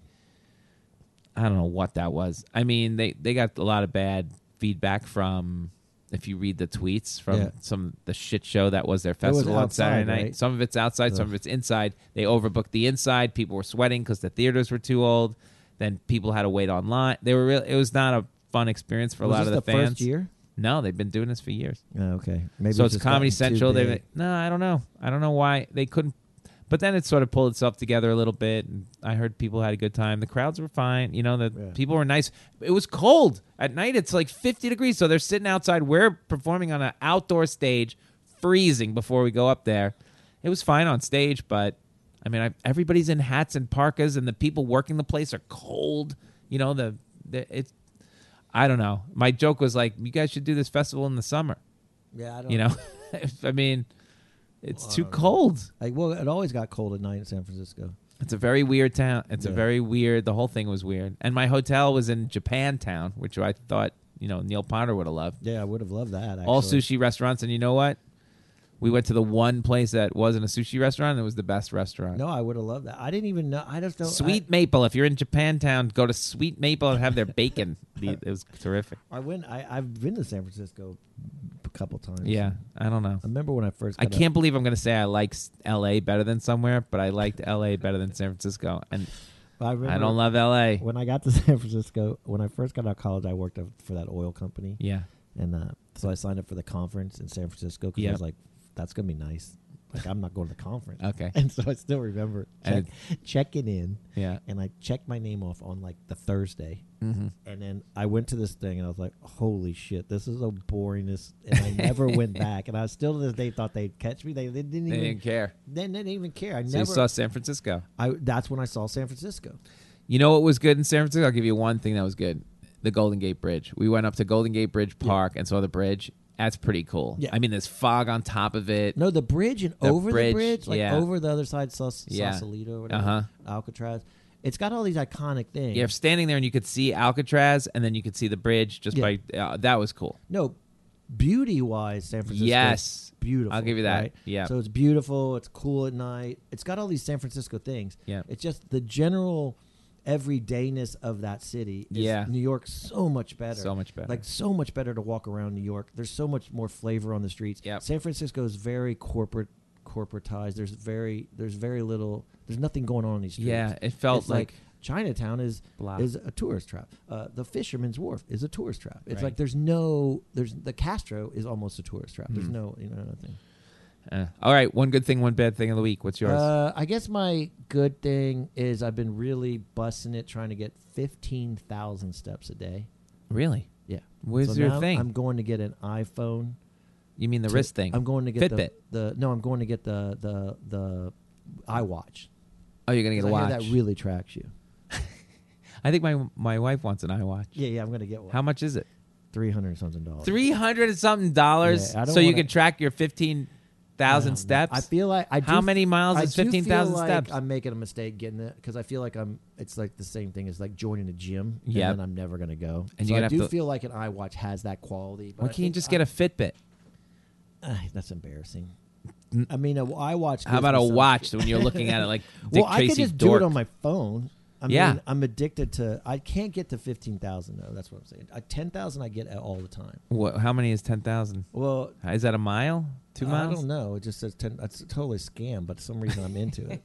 I don't know what that was. I mean, they, they got a lot of bad feedback from, if you read the tweets from
Yeah.
some the shit show that was their
was
festival on Saturday
outside,
night.
right?
Some of it's outside, some of it's inside. They overbooked the inside. People were sweating because the theaters were too old. Then people had to wait online. They were real. It was not a fun experience for a
was
lot
this
of the,
the
fans.
first year.
No, they've been doing this for years
Oh, okay, maybe
so it's
just
Comedy
gotten too
Central. They
big.
no, I don't know. I don't know why they couldn't. But then it sort of pulled itself together a little bit, and I heard people had a good time. The crowds were fine. You know, the
Yeah.
people were nice. It was cold at night. It's like 50 degrees, so they're sitting outside. We're performing on an outdoor stage, freezing before we go up there. It was fine on stage, but I mean, i everybody's in hats and parkas, and the people working the place are cold. You know, the, the it's. I don't know. My joke was like, you guys should do this festival in the summer.
Yeah, I don't
You know, I mean, it's too cold.
Like, well, it always got cold at night in San Francisco.
It's a very weird town. It's a
Yeah.
very weird. The whole thing was weird. And my hotel was in Japantown, which I thought you know Neil Potter would have loved.
Yeah, I would have loved that. Actually.
All sushi restaurants, and you know what? We went to the one place that wasn't a sushi restaurant. And it was the best restaurant.
No, I would have loved that. I didn't even know. I just don't.
Sweet Maple. If you're in Japantown, go to Sweet Maple and have their bacon. The- it was terrific.
I, I went. I, I've been to San Francisco a couple times.
Yeah, I don't know.
I remember when I first.
I
got up-
can't believe I'm going to say I like s- L.A. better than somewhere, but I liked L.A. better than San Francisco, and
I, remember
I don't love L.A.
When I got to San Francisco, when I first got out of college, I worked up for that oil company,
Yeah,
and uh, so I signed up for the conference in San Francisco because
Yeah.
I was like, "That's gonna be nice." Like, I'm not going to the conference.
Okay.
And so I still remember check,
And
checking in.
yeah.
and I checked my name off on like the Thursday, and then I went to this thing and I was like, "Holy shit, this is a boringness!" And I never went back, and I still to this day thought they'd catch me. They, they didn't
They
even
didn't care.
They, they didn't even care. I
So
never.
you saw San Francisco.
I that's when I saw San Francisco.
You know what was good in San Francisco? I'll give you one thing that was good: the Golden Gate Bridge. We went up to Golden Gate Bridge Park and saw the bridge. That's pretty cool.
Yeah.
I mean, there's fog on top of it.
No, the bridge and
The
over
bridge,
the bridge, like
yeah.
over the other side, Sus-
Yeah.
Sausalito, or whatever,
Uh-huh.
Alcatraz. It's got all these iconic things.
You're standing there and you could see Alcatraz, and then you could see the bridge just
Yeah.
by. Uh, that was cool.
No, beauty wise, San Francisco.
Yes.
is beautiful.
I'll give you that.
right?
Yeah.
So it's beautiful. It's cool at night. It's got all these San Francisco things.
Yeah.
It's just the general everydayness of that city. Is
Yeah.
New York's so much better.
So much better.
Like so much better to walk around New York. There's so much more flavor on the streets.
Yep.
San Francisco is very corporate corporatized. There's very there's very little. There's nothing going on in these streets.
Yeah, it felt
It's like
like-
Chinatown is
Blah.
is a tourist trap. Uh, the Fisherman's Wharf is a tourist trap. It's
Right.
like there's no there's the Castro is almost a tourist trap.
Hmm.
There's no you know nothing.
Uh, all right, one good thing, one bad thing of the week. What's yours?
Uh, I guess my good thing is I've been really busting it trying to get fifteen thousand steps a day.
really?
Yeah,
Where's your
now
thing?
I'm going to get an iPhone.
You mean the
to-
wrist thing?
I'm going to get
Fitbit.
The, the no. I'm going to get the the the iWatch.
oh, you're gonna get
'Cause
a
I
watch.
hear that really tracks you.
I think my my wife wants an iWatch.
Yeah, yeah. I'm going to get one.
How much is it?
Three hundred something dollars.
Three hundred and something dollars,
Yeah, I don't
so you
wanna-
can track your fifteen thousand
I don't
steps.
know. I feel like I.
How
do-
many miles
I
is
do feel
15,000
like
steps?
I'm making a mistake getting it because I feel like I'm. It's like the same thing as like joining a gym.
Yep.
and then I'm never gonna go.
And
so
you're
I
gonna have
do
to-
feel like an iWatch has that quality. But
Why
I
can't you
think
just get
I-
a Fitbit?
Ugh, that's embarrassing. I mean, a iWatch.
How
gives
about
me
a
some-
watch when you're looking at it like Dick
well, I
Tracy's
could just
dork?
do it on my phone. I
Yeah.
mean, I'm addicted to. I can't get to fifteen thousand though. That's what I'm saying. Uh, Ten thousand, I get at all the time.
What, how many is ten thousand?
Well,
Is that a mile? Two miles?
I don't know. It just says ten. That's a totally scam, but for some reason I'm into it.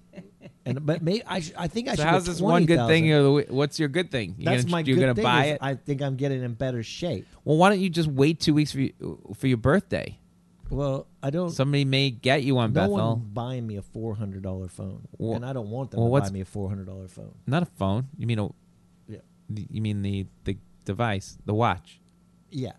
And but may I, sh- I think I
So
should.
how's
get
this one good
20,000.
thing? Of the week? What's your good thing? You
That's
gonna,
my
You're
good
gonna
thing
buy
is
it.
I think I'm getting in better shape.
well, why don't you just wait two weeks for you, for your birthday?
Well, I don't.
Somebody may get you on
no
Bethel.
one buying me a four hundred dollar phone,
Well-
and I don't want them
well,
to
what's-
buy me a four hundred dollar phone.
Not a phone. You mean a?
Yeah.
You mean the the device, the watch?
Yeah,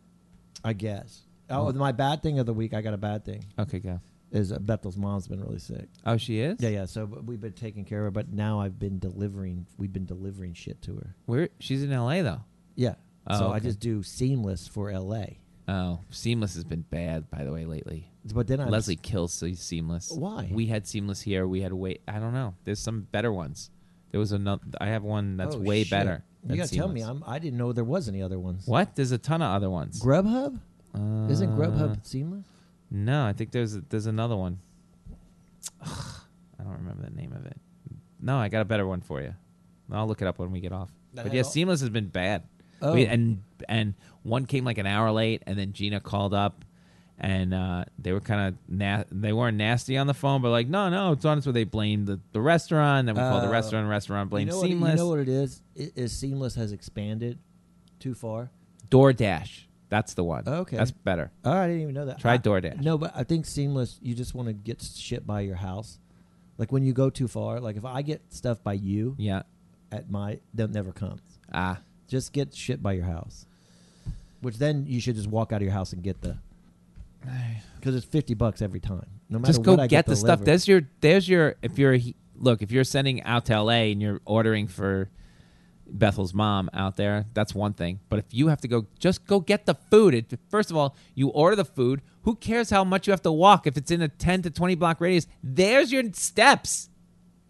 I guess. Oh, my bad thing of the week. I got a bad thing.
Okay, go.
Is uh, Bethel's mom's been really sick.
Oh, she is.
Yeah, yeah. So but we've been taking care of her, but now I've been delivering. We've been delivering shit to her.
Where she's in L.A. though.
Yeah.
Oh,
so I
okay.
just do seamless for L.A.
Oh, Seamless has been bad by the way lately.
But then I
Leslie kills Se- Seamless.
Why?
We had Seamless here. We had way. I don't know. There's some better ones. There was another. I have one that's
Oh,
way
shit.
better.
You
than
gotta tell me.
Seamless.
I'm, I didn't know there was any other ones.
What? There's a ton of other ones.
Grubhub?
Uh,
Isn't Grubhub seamless?
No, I think there's there's another one. Ugh, I don't remember the name of it. No, I got a better one for you. I'll look it up when we get off.
That
but
had
yeah,
all-
Seamless has been bad.
Oh.
We- and and one came like an hour late, and then Gina called up, and uh, they were kind of na- they weren't nasty on the phone, but like no, no, it's on. So they blamed the, the restaurant, then we called the
Oh.
restaurant, restaurant
you
blamed
know what,
Seamless,
You know what it is? It is Seamless has expanded too far.
DoorDash. That's the one.
Okay.
that's better.
Oh, I didn't even know that.
Try
I-
DoorDash.
No, but I think Seamless, you just want to get shit by your house. Like when you go too far, like if I get stuff by you
Yeah.
at my, that never comes.
Ah.
Just get shit by your house, which then you should just walk out of your house and get the, because it's fifty bucks every time. No matter
Just go
what I
get the stuff.
delivered.
There's your there's your if you're he- look, if you're sending out to LA and you're ordering for Bethel's mom out there, that's one thing. But if you have to go just go get the food. It, first of all, you order the food. Who cares how much you have to walk if it's in a 10 to 20 block radius? There's your steps.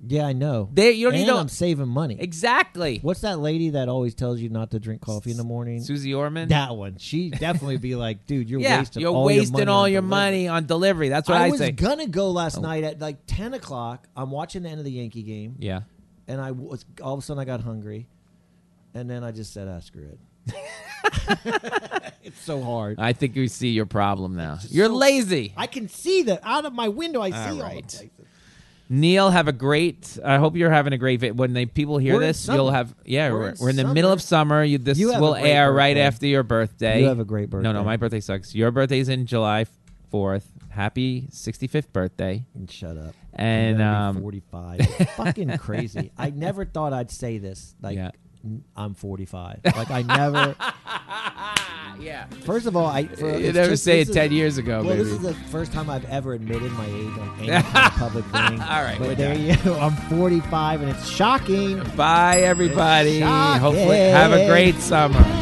Yeah, I know.
There- you don't
and
need to-
I'm saving money.
Exactly.
What's that lady that always tells you not to drink coffee in the morning?
Susie Orman.
That one. She definitely be like, dude, you're
yeah,
wasting
you're
all
wasting
your money
all
on
your
delivery."
money on delivery. That's what I,
I was
say. Oh.
gonna go last night at like ten o'clock. I'm watching the end of the Yankee game,
yeah.
and I was all of a sudden I got hungry, and then I just said, "Ah, screw it." it's so hard.
I think we see your problem now. You're lazy.
I can see that out of my window. I see all
right.
the places.
Neil, have a great. I hope you're having a great. va- When they people hear
We're in
this,
summer.
you'll have. Yeah,
We're
we're,
in
we're in the
summer.
middle of summer. You, this
You have a
will
great
air right
birthday.
after your birthday.
You have a great
No, no,
birthday.
my birthday sucks. Your birthday's in July fourth. Happy 65th birthday.
And shut up.
And, um,
forty five. fucking crazy. I never thought I'd say this. Like
Yeah.
n- I'm forty five. Like I never.
Yeah,
First of all, I for,
you
it's
never
just-
say it
this is-
ten years ago,
Well, this
baby.
is the first time I've ever admitted my age on any kind of public thing.
All right, we're
but there you go. I'm 45, and it's shocking.
Bye, everybody.
Shocking.
Hopefully, have a great summer.